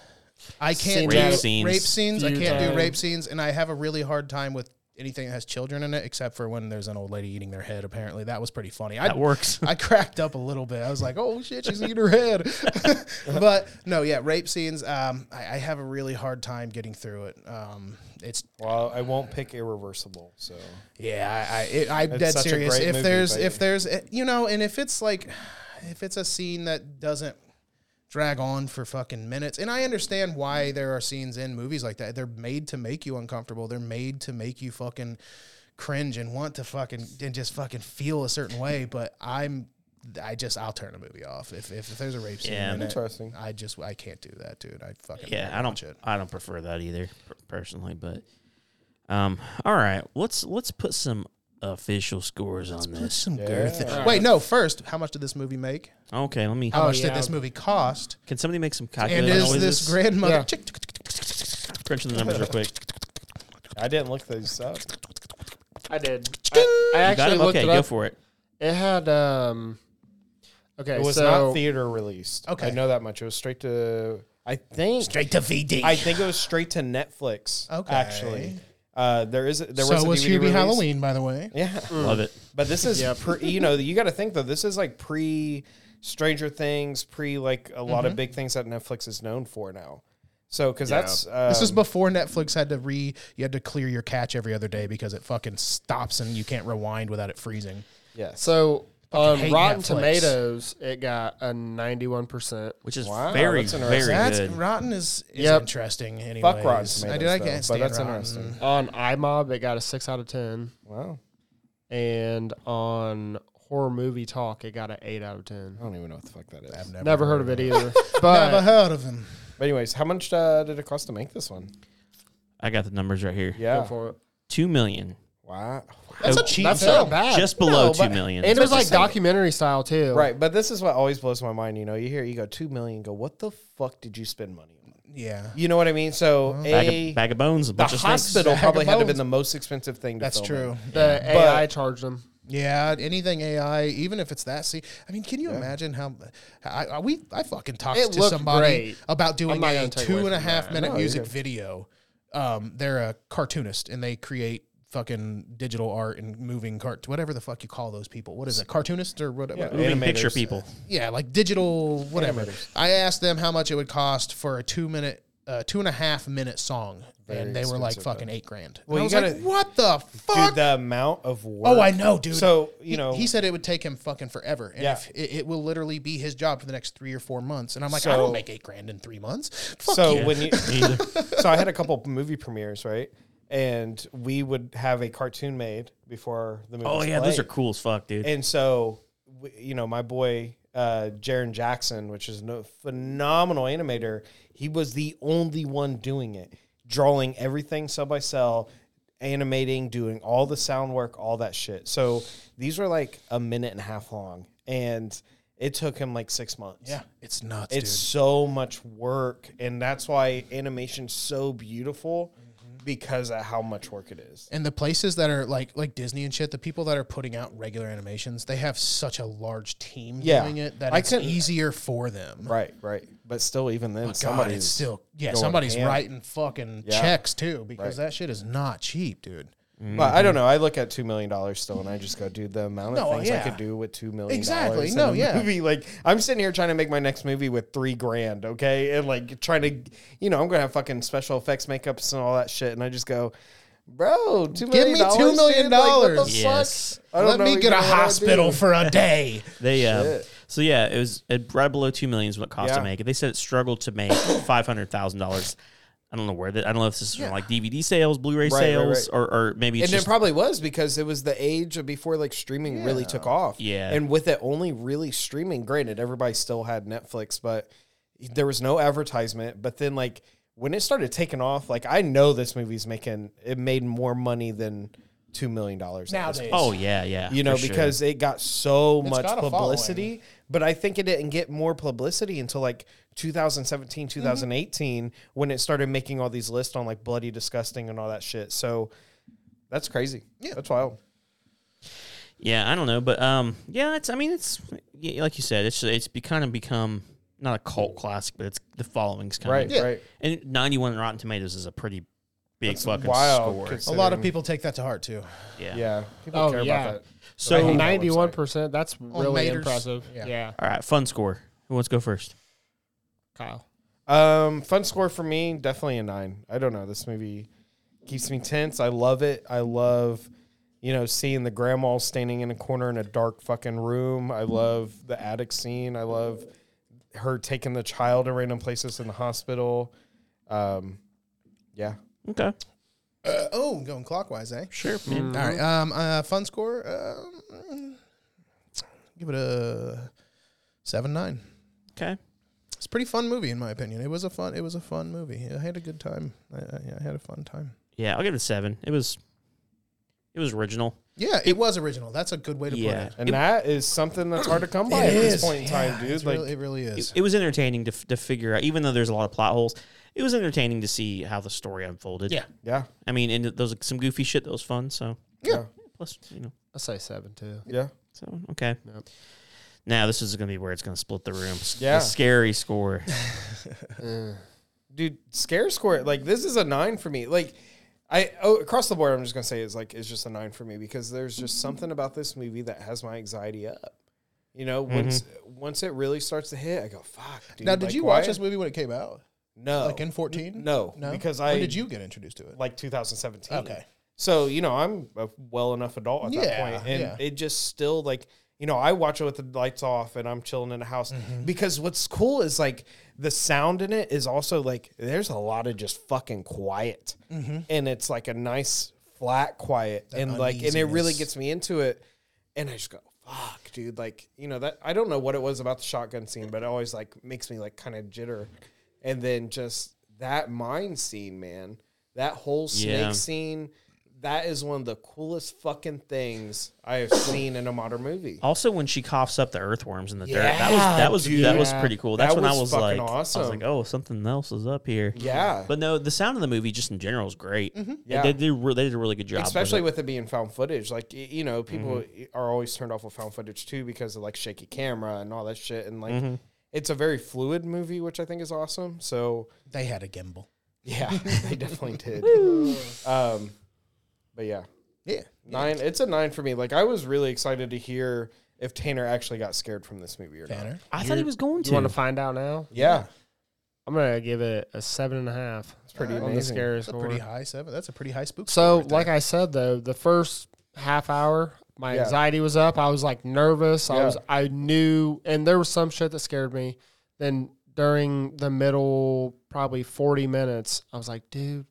D: I can't
C: Seen
D: do
C: that
D: rape
B: a
D: scenes.
B: few
D: I can't
C: times.
D: do rape scenes, and I have a really hard time with anything that has children in it, except for when there's an old lady eating their head. Apparently, that was pretty funny. I,
B: that works.
D: I cracked up a little bit. I was like, "Oh shit, she's eating her head." but no, yeah, rape scenes. Um, I, I have a really hard time getting through it. Um, it's
E: Well, I won't pick Irreversible. So
D: yeah, I, I it, I'm dead
E: such a
D: serious.
E: great
D: If
E: movie,
D: there's
E: but-
D: if there's eh, you know, and if it's like if it's a scene that doesn't drag on for fucking minutes, and I understand why there are scenes in movies like that. They're made to make you uncomfortable. They're made to make you fucking cringe and want to fucking and just fucking feel a certain way. But I'm I just I'll turn a movie off if if, if there's a rape scene.
B: Yeah.
D: in it,
E: Interesting.
D: I just I can't do that, dude. I fucking
B: yeah, I don't.
D: watch it.
B: I don't prefer that either per- personally. But um, all right, let's let's put some official scores on
D: Put
B: this.
D: some girth. Wait, no. First, how much did this movie make?
B: Okay, let me.
D: How
E: Oh,
D: much
C: yeah.
D: did this movie cost?
B: Can somebody make some
D: And
B: calculated
D: is
B: noises?
D: this grandmother?
C: Yeah.
D: Chick, chick, chick,
B: Crunching the numbers real quick.
E: I didn't look those up.
C: I did. I, I
B: You got
C: actually
B: it?
C: looked
B: Okay,
C: it
B: go
C: up.
B: for it.
C: It had um. Okay,
E: It was
C: so
E: not theater released.
D: Okay.
E: I know that much. It was straight to. I think.
D: Straight to VD.
E: I think it was straight to Netflix.
D: Okay.
E: Actually, uh, there is there was
D: so
E: a
D: was
E: DVD
D: Hubie
E: release.
D: Halloween, by the way.
E: Yeah,
B: Love it.
E: but this is pre, you know you got to think though this is like pre Stranger Things, pre like a lot of
D: Mm-hmm.
E: big things that Netflix is known for now. So because that's um,
D: This is before Netflix had to re you had to clear your catch every other day because it fucking stops and you can't rewind without it freezing.
E: yes.
C: so on
D: hate
C: Rotten
D: Netflix.
C: Tomatoes, it got a ninety-one percent.
B: Which is
E: Wow,
B: very,
E: that's
B: very
E: interesting.
D: That's
B: good.
D: Rotten is, is
C: Yep.
D: interesting anyway.
E: Fuck Rotten
D: I
E: Tomatoes,
D: did I
E: though,
D: can't
E: but
D: stand
E: that's
D: Rotten.
E: interesting.
C: On iMob, it got a six out of ten,
E: Wow,
C: and on Horror Movie Talk, it got an eight out of ten.
E: I don't even know what the fuck that is.
D: I've never,
C: Never heard of it either. But
D: Never heard of him.
E: But anyways, how much uh, did it cost to make this one?
B: I got the numbers right here.
E: Yeah.
C: go for it.
B: Two million,
E: Wow.
D: That's
B: Oh,
D: a cheap
C: That's not
D: film.
C: bad.
B: just below
E: No,
B: two
E: but-
B: million.
C: and it was
E: That's
C: like
E: insane.
C: documentary style too.
E: Right, but this is what always blows my mind. You know, you hear you go two million, go what the fuck did you spend money on?
D: Yeah.
E: You know what I mean? So
B: bag,
E: a
B: of, bag of bones, a
E: the
B: bunch of snakes.
E: hospital
D: Bag of
E: probably had to have
D: bones.
E: been the most expensive thing. to
D: That's
E: film
D: true.
E: in.
C: The
E: But-
C: AI charged them.
D: Yeah, anything AI, even if it's that. See, I mean, can you imagine how I, I we I fucking talked
C: It
D: to
C: looked
D: somebody
C: great.
D: about
C: I'm
D: doing
C: not
D: a
C: gonna take
D: two
C: away
D: and a
C: from
D: half
C: that.
D: minute music video. Um, they're a cartoonist and they create fucking digital art and moving cart whatever the fuck you call those people. What is it? Cartoonists or whatever. Yeah,
B: Moving picture
E: Animators.
B: people.
D: like digital whatever. I asked them how much it would cost for a two minute. Uh, two and a half minute song, and they were like fucking eight grand. Well, I
E: you
D: was
E: gotta-
D: like, "What the fuck?"
E: Dude, the amount of work.
D: Oh, I know, dude.
E: So, you
D: He-
E: know-
D: he, said it would take him fucking forever, and
E: Yeah.
D: if it, it will literally be his job for the next three or four months. And I'm like, I
E: So-
D: don't make eight grand in three months. Fuck
E: so
D: you.
E: when you,
B: Either.
E: so I had a couple movie premieres, right? And we would have a cartoon made before the movie.
B: Oh yeah, those are cool as fuck, dude.
E: And so, w- you know, my boy uh, Jaron Jackson, which is a phenomenal animator, he was the only one doing it, drawing everything cell by cell, animating, doing all the sound work, all that shit. So these were like a minute and a half long, and it took him like six months.
D: yeah, it's nuts,
E: It's so much work, and that's why animation's so beautiful
D: Mm-hmm.
E: because of how much work it is.
D: dude. And the places that are like like Disney and shit, the people that are putting out regular animations, they have such a large team
E: Yeah.
D: doing it that
E: I
D: it's
E: couldn't-
D: easier for them.
E: Right, right. But still, even then,
D: Oh, God,
E: somebody's
D: it's still yeah.
E: going
D: Somebody's
E: ham.
D: writing fucking
E: Yeah.
D: checks too because that shit is not cheap, dude.
E: Well, I don't know. I look at two million dollars still, and I just go, dude, the amount of
D: No,
E: things I
D: yeah.
E: could do with two million
D: Exactly.
E: in
D: No,
E: a
D: yeah.
E: movie. Like I'm sitting here trying to make my next movie with three grand, okay, and like trying to, you know, I'm gonna have fucking special effects, makeups, and all that shit, and I just go, bro, two
D: Give
E: million
D: me two million dollars.
B: Yes.
E: I don't
D: Let me
E: know
D: get a
E: even what I
D: hospital
E: do.
D: for a day.
B: They uh, so yeah, it was uh, right below two million is what it cost to
E: Yeah.
B: make it. They said it struggled to make five hundred thousand dollars. I don't know where that. I don't know if this is from like DVD sales, Blu-ray
E: right,
B: sales, Or, or maybe it's
E: And it
B: just
E: probably was because it was the age of before like streaming really took off.
B: Yeah.
E: And with it only really streaming, granted, everybody still had Netflix, but there was no advertisement. But then like when it started taking off, like I know this movie's making it made more money than two million dollars
D: Nowadays.
B: Oh yeah, yeah.
E: You know,
B: for sure.
E: because it got so much
D: got a
E: publicity, but I think it didn't get more publicity until like 2017,
B: Mm-hmm.
E: 2018, when it started making all these lists on like bloody disgusting and all that shit. So that's crazy. Yeah, that's wild.
B: yeah, I don't know, but um, yeah, it's. I mean, it's yeah, like you said, it's it's be, kind of become not a cult classic, but it's the following's kind
E: Right,
B: of
E: right.
B: And ninety one Rotten Tomatoes is a pretty big fucking
E: Wild.
B: score.
D: A lot of people take that to heart too.
B: Yeah.
E: Yeah, people
C: Oh,
E: care
C: yeah.
E: about that.
B: So all
C: Ninety-one percent. That's really
D: Maters.
C: impressive.
D: Yeah.
C: Yeah.
B: right, fun score. Who wants to go first?
C: Kyle.
E: Um, fun score for me, definitely a nine. I don't know. This movie keeps me tense. I love it. I love, you know, seeing the grandma standing in a corner in a dark fucking room. I love the attic scene. I love her taking the child to random places in the hospital. Um, yeah.
B: Okay.
D: Uh, oh, going clockwise, eh?
B: Sure. man.
C: Mm-hmm.
D: All right. Um, uh, fun score. Um, give it a seven nine.
B: Okay.
D: It's a pretty fun movie in my opinion. It was a fun. It was a fun movie. I had a good time. I, I, I had a fun time.
B: Yeah, I'll give it a seven. It was it was original.
D: Yeah, it, was original. That's a good way to
B: Yeah.
D: put it.
E: And that is something that's hard to come by
D: It
E: at
D: is,
E: this point in time, dude.
D: It's
E: Like,
D: really- it really is.
B: It, it was entertaining to, f- to figure out, even though there's a lot of plot holes, it was entertaining to see how the story unfolded.
D: Yeah.
E: yeah,
B: I mean, and those some goofy shit that was fun. So
D: Yeah.
B: plus you know,
C: I say seven too.
E: yeah.
B: so okay. Now this is going to be where it's going to split the room. S- the
E: Yeah.
B: scary score.
E: dude, scare score. Like this is a nine for me. Like I oh, across the board, I'm just gonna say is like it's just a nine for me because there's just something about this movie that has my anxiety up. You know, once once it really starts to hit, I go fuck. Dude,
D: Mm-hmm. now, did
E: like,
D: you
E: why-
D: watch this movie when it came out?
E: No,
D: Like in fourteen?
E: No,
D: no.
E: because
D: When
E: I-
D: did you get introduced to it?
E: like 2017.
D: Okay.
E: So you know, I'm a well enough adult at that
D: Yeah,
E: point, and
D: yeah.
E: it just still like you know, I watch it with the lights off, and I'm chilling in the house
D: Mm-hmm.
E: because what's cool is like the sound in it is also like there's a lot of just fucking quiet,
D: Mm-hmm.
E: and it's like a nice flat quiet, and like and it really
D: uneasiness.
E: gets me into it, and I just go. Fuck, dude! Like you know that I don't know what it was about the shotgun scene, but it always like makes me like kind of jitter, and then just that mine scene, man. That whole snake
B: Yeah.
E: scene, that is one of the coolest fucking things I have seen in a modern movie.
B: also, when she coughs up the earthworms in the dirt, that was that was that was pretty cool. That's
E: That
B: when I
E: was
B: was
E: fucking
B: like, I
E: awesome.
B: was like, oh, something else is up here.
E: Yeah. Mm-hmm.
B: But no, the sound of the movie just in general is great. Yeah,
E: Yeah.
B: they, did re- they did a really good job. with
E: Especially
B: it.
E: with it being found footage. Like, y- you know, people
B: Mm-hmm.
E: are always turned off with found footage too because of like shaky camera and all that shit. And like,
B: Mm-hmm.
E: it's a very fluid movie, which I think is awesome. So,
D: They had a gimbal.
E: yeah, they definitely did. um, but yeah,
D: Yeah.
E: nine. It's a nine for me. Like, I was really excited to hear if Tanner actually got scared from this movie or not.
D: Tanner.
B: I thought he was going
C: You want
B: to.
C: to find out now?
E: Yeah.
C: I'm gonna give it a seven and a half. It's
E: pretty
C: on the
E: amazing.
C: scary
D: That's a
C: score.
D: pretty high seven. That's a pretty high spook.
C: So,
D: score right
C: like
D: there.
C: I said, though, the first half hour, my
E: Yeah.
C: anxiety was up. I was like nervous. I
E: Yeah.
C: was, I knew, and there was some shit that scared me. Then during the middle, probably 40 minutes, I was like, dude.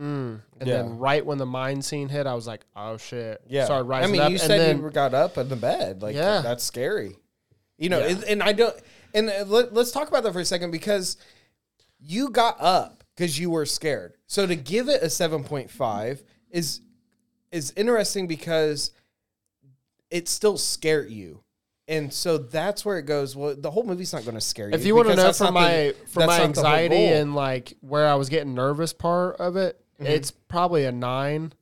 C: Mm. And
E: Yeah.
C: then right when the mine scene hit, I was like, "Oh shit!"
E: Yeah.
C: started rising
E: I mean,
C: up.
E: you
C: and
E: said
C: then,
E: you got up in the bed. Like,
C: Yeah.
E: that's scary. You know, and, and I don't, and uh, let, let's talk about that for a second because you got up because you were scared. So to give it a 7.5 is, is interesting because it still scared you. And so that's where it goes. Well, the whole movie's not going to scare you.
C: if you want to
E: because
C: know
E: that's
C: from
E: not the-
C: my from my
E: that's not the whole
C: anxiety
E: goal. Mm-hmm.
C: and like where I was getting nervous part of it, it's probably a nine.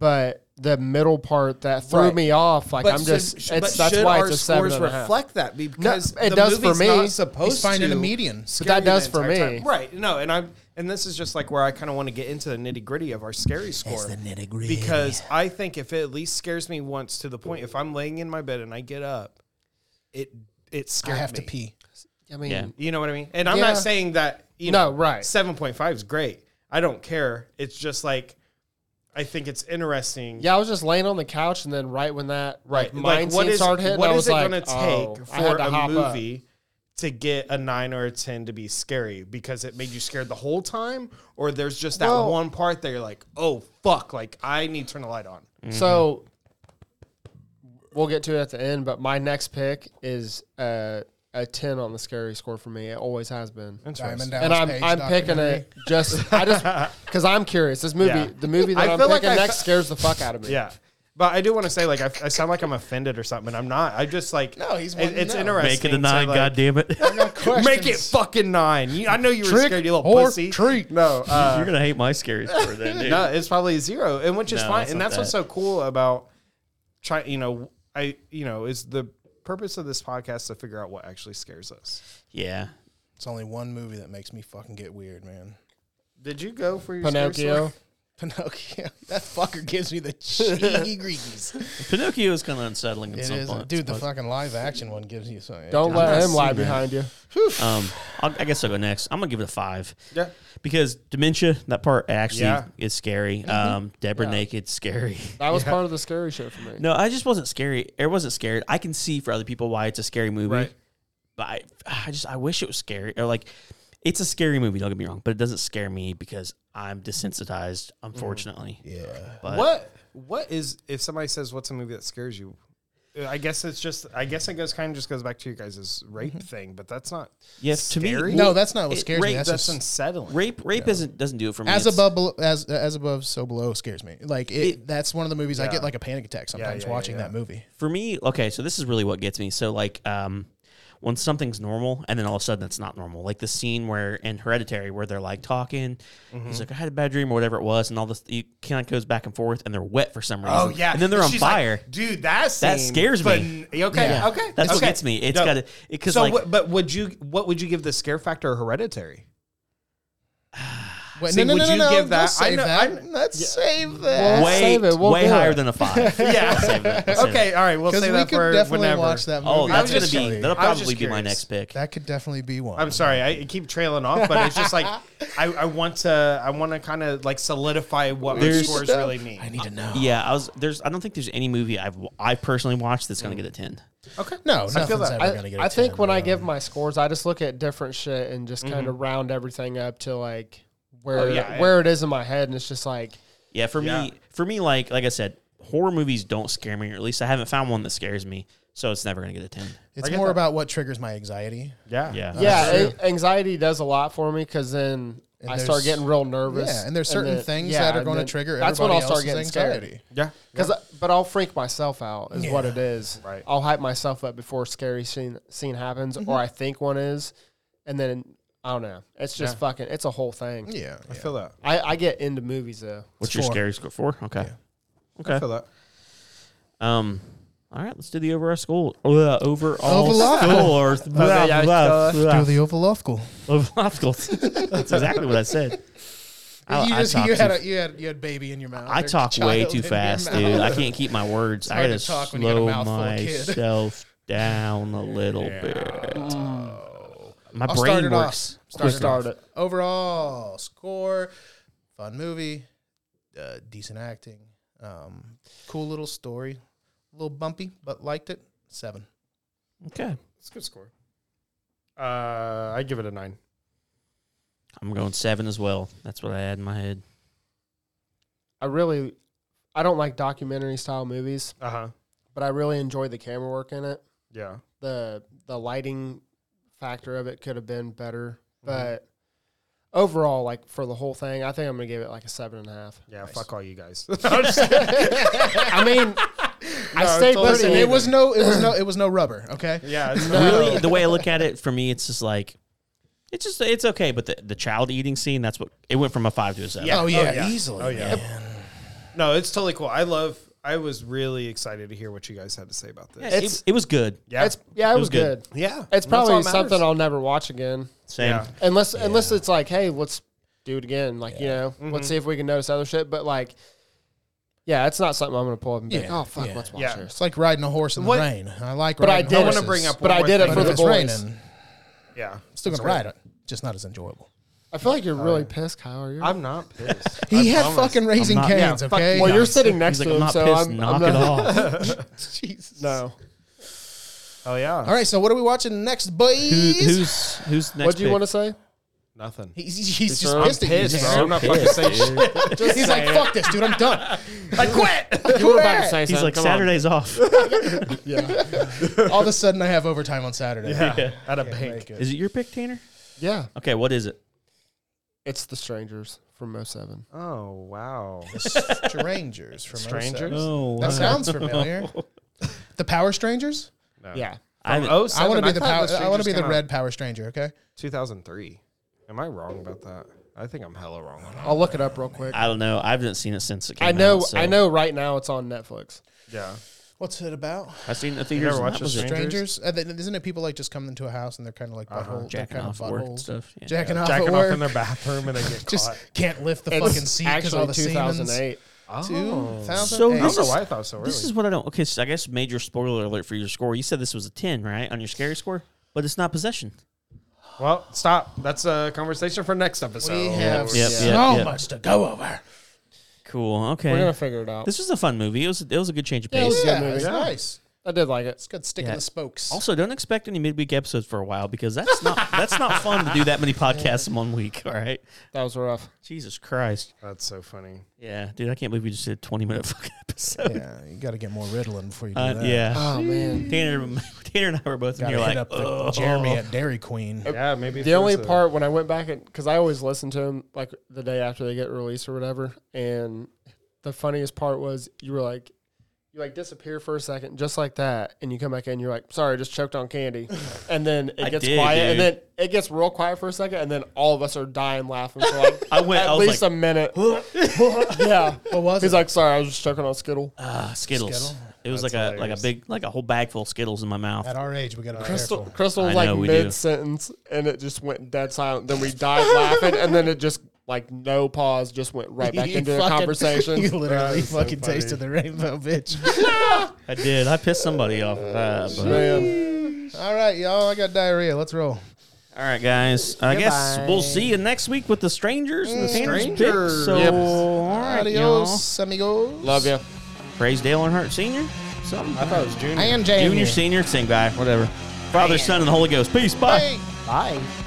C: But the middle part that threw
E: Right.
C: me off, like
E: But
C: I'm
E: should-
C: just,
E: sh-
C: it's,
E: but
C: that's
E: should
C: why
E: our
C: it's a seven
E: scores
C: and a half.
E: reflect that because
C: it
E: the
C: does for
E: movie's
C: me.
E: Not
C: He's
E: supposed
D: he's finding
E: to
D: a median.
C: But that
E: scare you
C: does
E: the
C: for
E: entire
C: me.
E: time. right? No, and I'm and this is just like where I kind of want to get into the nitty gritty of our scary score.
D: nitty-gritty.
E: because I think if it at least scares me once to the point, if I'm laying in my bed and I get up, it
D: I
E: it scared
D: have to
E: me.
D: pee.
C: I mean,
B: Yeah.
E: You know what I mean? And I'm
C: Yeah.
E: not saying that you
C: No,
E: know
C: right.
E: seven point five is great. I don't care. It's just like I think it's interesting.
C: yeah, I was just laying on the couch, and then right when that right
E: Right.
C: mind
E: like, what
C: scene
E: is,
C: started hitting,
E: what
C: I
E: is
C: was
E: it
C: like,
E: going to
C: "Oh,
E: take
C: I had
E: for
C: to
E: a
C: hop up."
E: movie to get a nine or a 10 to be scary because it made you scared the whole time? Or there's just that
C: Well-
E: one part that you're like, oh, fuck, like I need to turn the light on. Mm-hmm.
C: So we'll get to it at the end, but my next pick is uh, a ten on the scary score for me. It always has been.
D: Diamond
C: and
D: Dallas
C: I'm
D: Page
C: I'm picking
D: documentary.
C: it just I just because I'm curious. This movie,
E: Yeah.
C: the movie that
E: I
C: I am
E: feel
C: picking
E: like I
C: next
E: fe-
C: scares the fuck out of me.
E: Yeah. But I do want to say, like, I, I sound like I'm offended or something. I'm not. I just like
D: No, he's
E: it-
D: wanting to
E: it's
D: know.
E: interesting.
B: Make it a
E: to,
B: nine,
E: like,
B: God damn it! You're
E: Make it fucking nine. You, I know you were
D: Trick
E: scared, you little
D: or
E: pussy.
D: treat.
E: No, uh,
B: gonna hate my scary story then, dude.
E: no, it's probably a zero, and which is
B: No,
E: fine.
B: it's
E: And
B: not
E: that's what's
B: that.
E: so cool about try. You know, I you know is the purpose of this podcast to figure out what actually scares us.
B: Yeah,
D: It's only one movie that makes me fucking get weird, man.
E: Did you go for your scare
C: Pinocchio.
E: story?
D: Pinocchio. That fucker gives me the cheeky greegies.
B: Pinocchio is kind of unsettling at
D: It
B: some
D: is,
B: point,
D: dude. The
B: but,
D: fucking live action one gives you something.
C: Don't
B: not
C: let him lie
B: seeing that.
C: behind you.
B: um, I'll, I guess I'll go next. I'm gonna give it a five.
E: Yeah.
B: because dementia that part actually
E: Yeah. Mm-hmm.
B: is scary. Um, Deborah naked scary.
C: That was part of the scary shit for me.
B: No, I just wasn't scary. It wasn't scared. I can see for other people why it's a scary movie,
E: Right.
B: but I, I just I wish it was scary or like it's a scary movie. Don't get me wrong, but it doesn't scare me because I'm desensitized, unfortunately.
D: Yeah.
B: But
E: Mm. What what is if somebody says what's a movie that scares you? Uh, I guess it's just. I guess it goes kind of just goes back to you guys' rape thing, but that's not.
B: Yes, to me,
E: scary?
B: well,
D: No, that's not what
B: it-
D: scares me.
B: rape
D: That's
E: That's
D: just
E: unsettling.
B: rape rape isn't doesn't do it for me.
D: as
B: It's-
D: above as as above so below scares me. Like it, that's one of the movies I
E: Yeah.
D: get like a panic attack sometimes
E: yeah, yeah,
D: watching
E: yeah.
D: that movie.
B: for me, okay, so this is really what gets me. So like um when something's normal and then all of a sudden it's not normal. Like the scene where in Hereditary where they're like talking,
E: Mm-hmm.
B: he's like, I had a bad dream or whatever it was, and all this it kind of goes back and forth and they're wet for some reason.
E: Oh yeah,
B: And then they're on
E: She's like,
B: fire.
E: dude. That
B: That
E: scene
B: scares me.
E: phen- Okay,
D: Yeah.
E: okay,
B: That's what
E: okay.
B: gets me. It's
E: No.
B: gotta because
E: So,
B: like
E: what- but would you? What would you give the scare factor? Hereditary.
D: Wait,
E: See, would you
D: let's
E: give that- I
D: Save
E: know-
D: that.
E: I-
D: let's save that.
B: way
C: save it. We'll
B: way
C: do
B: higher
C: it.
B: than a five. We'll save that. We'll save
E: Okay.
B: that.
E: All right. We'll
D: Because
E: say
D: we
E: that
D: could
E: for
D: definitely
E: whenever.
D: watch that movie.
B: Oh, that's
E: was
B: gonna
E: just
B: be that'll
E: I was
B: probably
E: just
B: be my
E: curious.
B: next pick.
D: That could definitely be one.
E: I'm sorry. I keep trailing off, but it's just like I, I want to. I want to kind of like solidify what our
B: There's-
E: scores really mean.
D: I need to know.
B: yeah, I was there's I don't think there's any movie I've I personally watched that's gonna
E: Mm.
B: get a ten.
D: No, nothing's
E: that-
D: ever gonna
C: I,
D: get.
C: I
D: a
C: think
D: 10,
C: when I
D: bro.
C: give my scores, I just look at different shit and just kind of round everything up to like where
E: Mm-hmm. Oh, yeah.
C: where it is in my head, and it's just like
B: Yeah, for me, for me, like like I said, horror movies don't scare me, or at least I haven't found one that scares me. So it's never gonna get a ten.
D: it's more about what triggers my anxiety.
E: Yeah.
B: Yeah,
C: yeah, a- anxiety does a lot for me because then
D: And
C: I start
D: there's-
C: getting real nervous.
D: Yeah, and there's certain
C: then-
D: things
C: yeah,
D: that are
C: and
D: going to
C: then
D: trigger
C: that's when
D: everybody
C: I'll start
D: else's
C: getting
D: anxiety.
C: scared.
E: Yeah.
C: Cause, but I'll freak myself out is what it is.
E: Right.
C: I'll hype myself up before a scary scene scene happens,
D: Mm-hmm.
C: or I think one is, and then I don't know. It's just fucking. It's a whole thing.
D: Yeah,
E: I
D: yeah.
E: feel that.
C: I, I get into movies though.
B: What's your
D: four.
B: scary score? Four. Okay.
E: I
B: Okay.
E: feel that.
B: Um. All right. Let's do the overall score. Uh, overall
D: Overall.
B: score. Blah,
C: yeah,
B: blah, blah.
D: Do the Oval Law School.
B: Overall score. That's exactly what I said. I,
D: you
B: I
D: just
B: talk,
D: you had
B: too,
D: a, you had you had baby in your mouth.
B: I
D: or
B: talk way
D: child
B: too
D: in your
B: fast,
D: mouth.
B: dude. I can't keep my words. I
D: hard
B: gotta
D: to talk when you got a
B: slow
D: mouthful of kid.
B: myself down a little bit. My
D: Oh. I'll
B: brain
D: start it off.
B: works.
D: Start it
B: quicker.
D: off. Overall score, fun movie, uh, decent acting, um, cool little story, a little bumpy but liked it. Seven.
B: Okay.
E: It's a good score. Uh, I give it a nine.
B: I'm going seven as well. That's what I had in my head.
C: I really, I don't like documentary style movies,
E: Uh huh.
C: but I really enjoy the camera work in it.
E: Yeah.
C: the The lighting factor of it could have been better,
E: Mm-hmm.
C: but overall, like for the whole thing, I think I'm gonna give it like a seven and a half.
E: Yeah. Fuck all you guys.
C: I mean, I stayed
E: totally
C: listening.
D: It was no, it was no, it was no rubber. Okay.
E: yeah. It's
B: Really, the way I look at it, for me, it's just like, it's just it's okay. But the, the child eating scene, that's what it went from a five to a seven.
D: Oh yeah,
E: yeah.
D: easily.
E: Oh, yeah.
D: man.
E: No, it's totally cool. I love. I was really excited to hear what you guys had to say about this.
B: It-
D: It's-
B: it, was good.
E: Yeah,
C: It's yeah, it, was,
B: was
C: good.
B: good.
E: yeah.
C: It's
E: That's all
C: probably
E: that
C: something
E: matters.
C: I'll never watch again,
B: Same.
E: Yeah. Mm-hmm.
C: unless unless it's like, hey, let's do it again. Like you know, let's see if we can notice other shit. But like, yeah, it's not something I'm gonna pull up and be like,
D: Yeah,
C: oh fuck,
D: yeah.
C: let's watch
E: Yeah.
C: this.
D: It's like riding a horse in the
E: What-
D: rain. I like.
C: But I
D: riding
C: did. I wanna
D: horses,
E: bring up
C: but
E: one
C: I
E: more
C: did it for
E: thing.
D: But if
C: the
D: it's
C: boys.
D: raining.
E: Yeah.
D: Still gonna ride it. Just not as enjoyable.
C: I feel like you're really pissed, Kyle. Are you?
E: Oh, I'm not pissed.
D: He had fucking raising
B: not-
D: canes.
E: yeah, fuck
D: okay.
E: you
C: well,
E: No,
C: you're sitting next
B: He's like,
C: to
B: I'm
C: him,
B: not
C: so
B: pissed.
C: I'm,
B: knock
C: I'm
B: it
C: not,
B: off.
D: Jesus.
C: No.
E: Oh yeah.
D: All right. So what are we watching next, boys?
B: Who, who's who's next?
C: What do you
B: pick?
C: want to say?
E: Nothing.
D: He's, he's, he's
E: So
D: just
E: I'm
D: pissed at you.
E: pissed,
D: man.
E: bro. I'm not fucking saying shit.
D: He's like, fuck this, dude. I'm done. I quit.
G: You were about to say
B: He's
G: something.
B: like
G: Come on.
B: Saturday's off.
D: All of a sudden, I have overtime on Saturday.
E: At a bank.
B: Is it your pick, Tanner?
C: Yeah,
B: Okay, what is it?
C: it's the strangers from Mo Seven.
E: Oh wow.
D: Strangers from
E: Strangers?
D: 07.
B: Oh,
D: That sounds familiar. the Power Strangers.
C: Yeah,
B: I haven't-
E: Oh,
D: I want to be the power. I want to be the red Power Stranger. Okay.
E: 2003. Am I wrong about that? I think I'm hella wrong. on that.
C: I'll look it up real quick.
B: I don't know. I haven't seen it since it came
C: I know,
B: out, so-
C: I know. Right now, it's on Netflix.
E: Yeah.
D: What's it about?
B: I've seen it in the theaters.
E: never
B: and
E: watched
B: that was
E: The
B: it.
D: Strangers. Uh, th- isn't it people like just come into a house and they're kind of like butthole, they're
B: Jacking
D: kind
B: off
D: of
B: at work and
D: buttholes?
B: stuff. Yeah.
D: Jacking off
E: Jacking
D: at
E: off
D: work.
E: in their bathroom and they get
D: just
E: caught.
D: can't lift the
C: It's
D: fucking seat because all
C: actually
D: the
C: 2008.
D: Two thousand.
B: So
E: I don't
B: this
E: know
B: is-
E: why I thought so. Really.
B: This is what I don't. Okay, so I guess major spoiler alert for your score. You said this was a ten, right, on your scary score, but it's not possession.
E: well, stop. That's a conversation for next episode.
D: we have
B: Yep,
D: so
B: yep, yep.
D: much to go over.
B: Cool.
C: We're
B: Okay.
C: gonna figure it out.
B: This was a fun movie. It was. It was a good change of
D: Yeah,
B: pace.
D: it's nice.
C: I did like it.
D: It's good stick
B: Yeah.
D: in the spokes.
B: Also, don't expect any midweek episodes for a while because that's not that's not fun to do that many podcasts in one week. All right.
C: That was rough.
B: Jesus Christ.
E: That's so funny.
B: Yeah, dude, I can't believe we just did a twenty minute fucking episode.
D: yeah, you got to get more riddling before you do
B: Uh,
D: that.
B: yeah.
C: Oh man.
B: Tanner, Tanner and I were both in
D: Gotta
B: here
D: hit
B: like,
D: up the
B: "Ugh."
D: Jeremy at Dairy Queen.
E: Yeah, maybe uh,
C: The only part when I went back and because I always listen to them like the day after they get released or whatever, and the funniest part was you were like, you like disappear for a second just like that, and you come back in, you're like, sorry, I just choked on candy, and then
B: I
C: it gets
B: did,
C: quiet, and
B: dude.
C: then it gets real quiet for a second, and then all of us are dying laughing for like
B: I went-
C: at
B: I was
C: least
B: like-
C: a minute. yeah,
D: What was
C: he's
D: it?
C: like, sorry, I was just choking on Skittle.
B: Ah, Skittles.
D: Skittle?
B: It was like a like a big like a whole bag full of Skittles in my mouth.
D: At our age, we got to be
C: Crystal,
D: careful.
C: Crystal was
B: I know
C: like
B: we do.
C: mid sentence, and it just went dead silent. Then we died laughing, and then it just like no pause, just went right back
D: You
C: into the
D: fucking-
C: conversation.
D: You literally fucking tasted the rainbow, bitch.
B: I did. I pissed somebody off. with that, but-
C: Man,
D: All right, y'all. I got diarrhea. Let's roll.
B: All right, guys. I guess we'll see you next week with the strangers and the Tanner's Picks. So,
C: Yep.
B: all right, y'all.
D: Adios, amigos.
C: love you.
B: Praise Dale Earnhardt Senior. Something.
E: I thought it was Junior.
D: And Jamie.
B: Junior, senior, same guy, whatever. Father, Son, and Holy Ghost. Peace. Bye.
D: Hey.
C: Bye.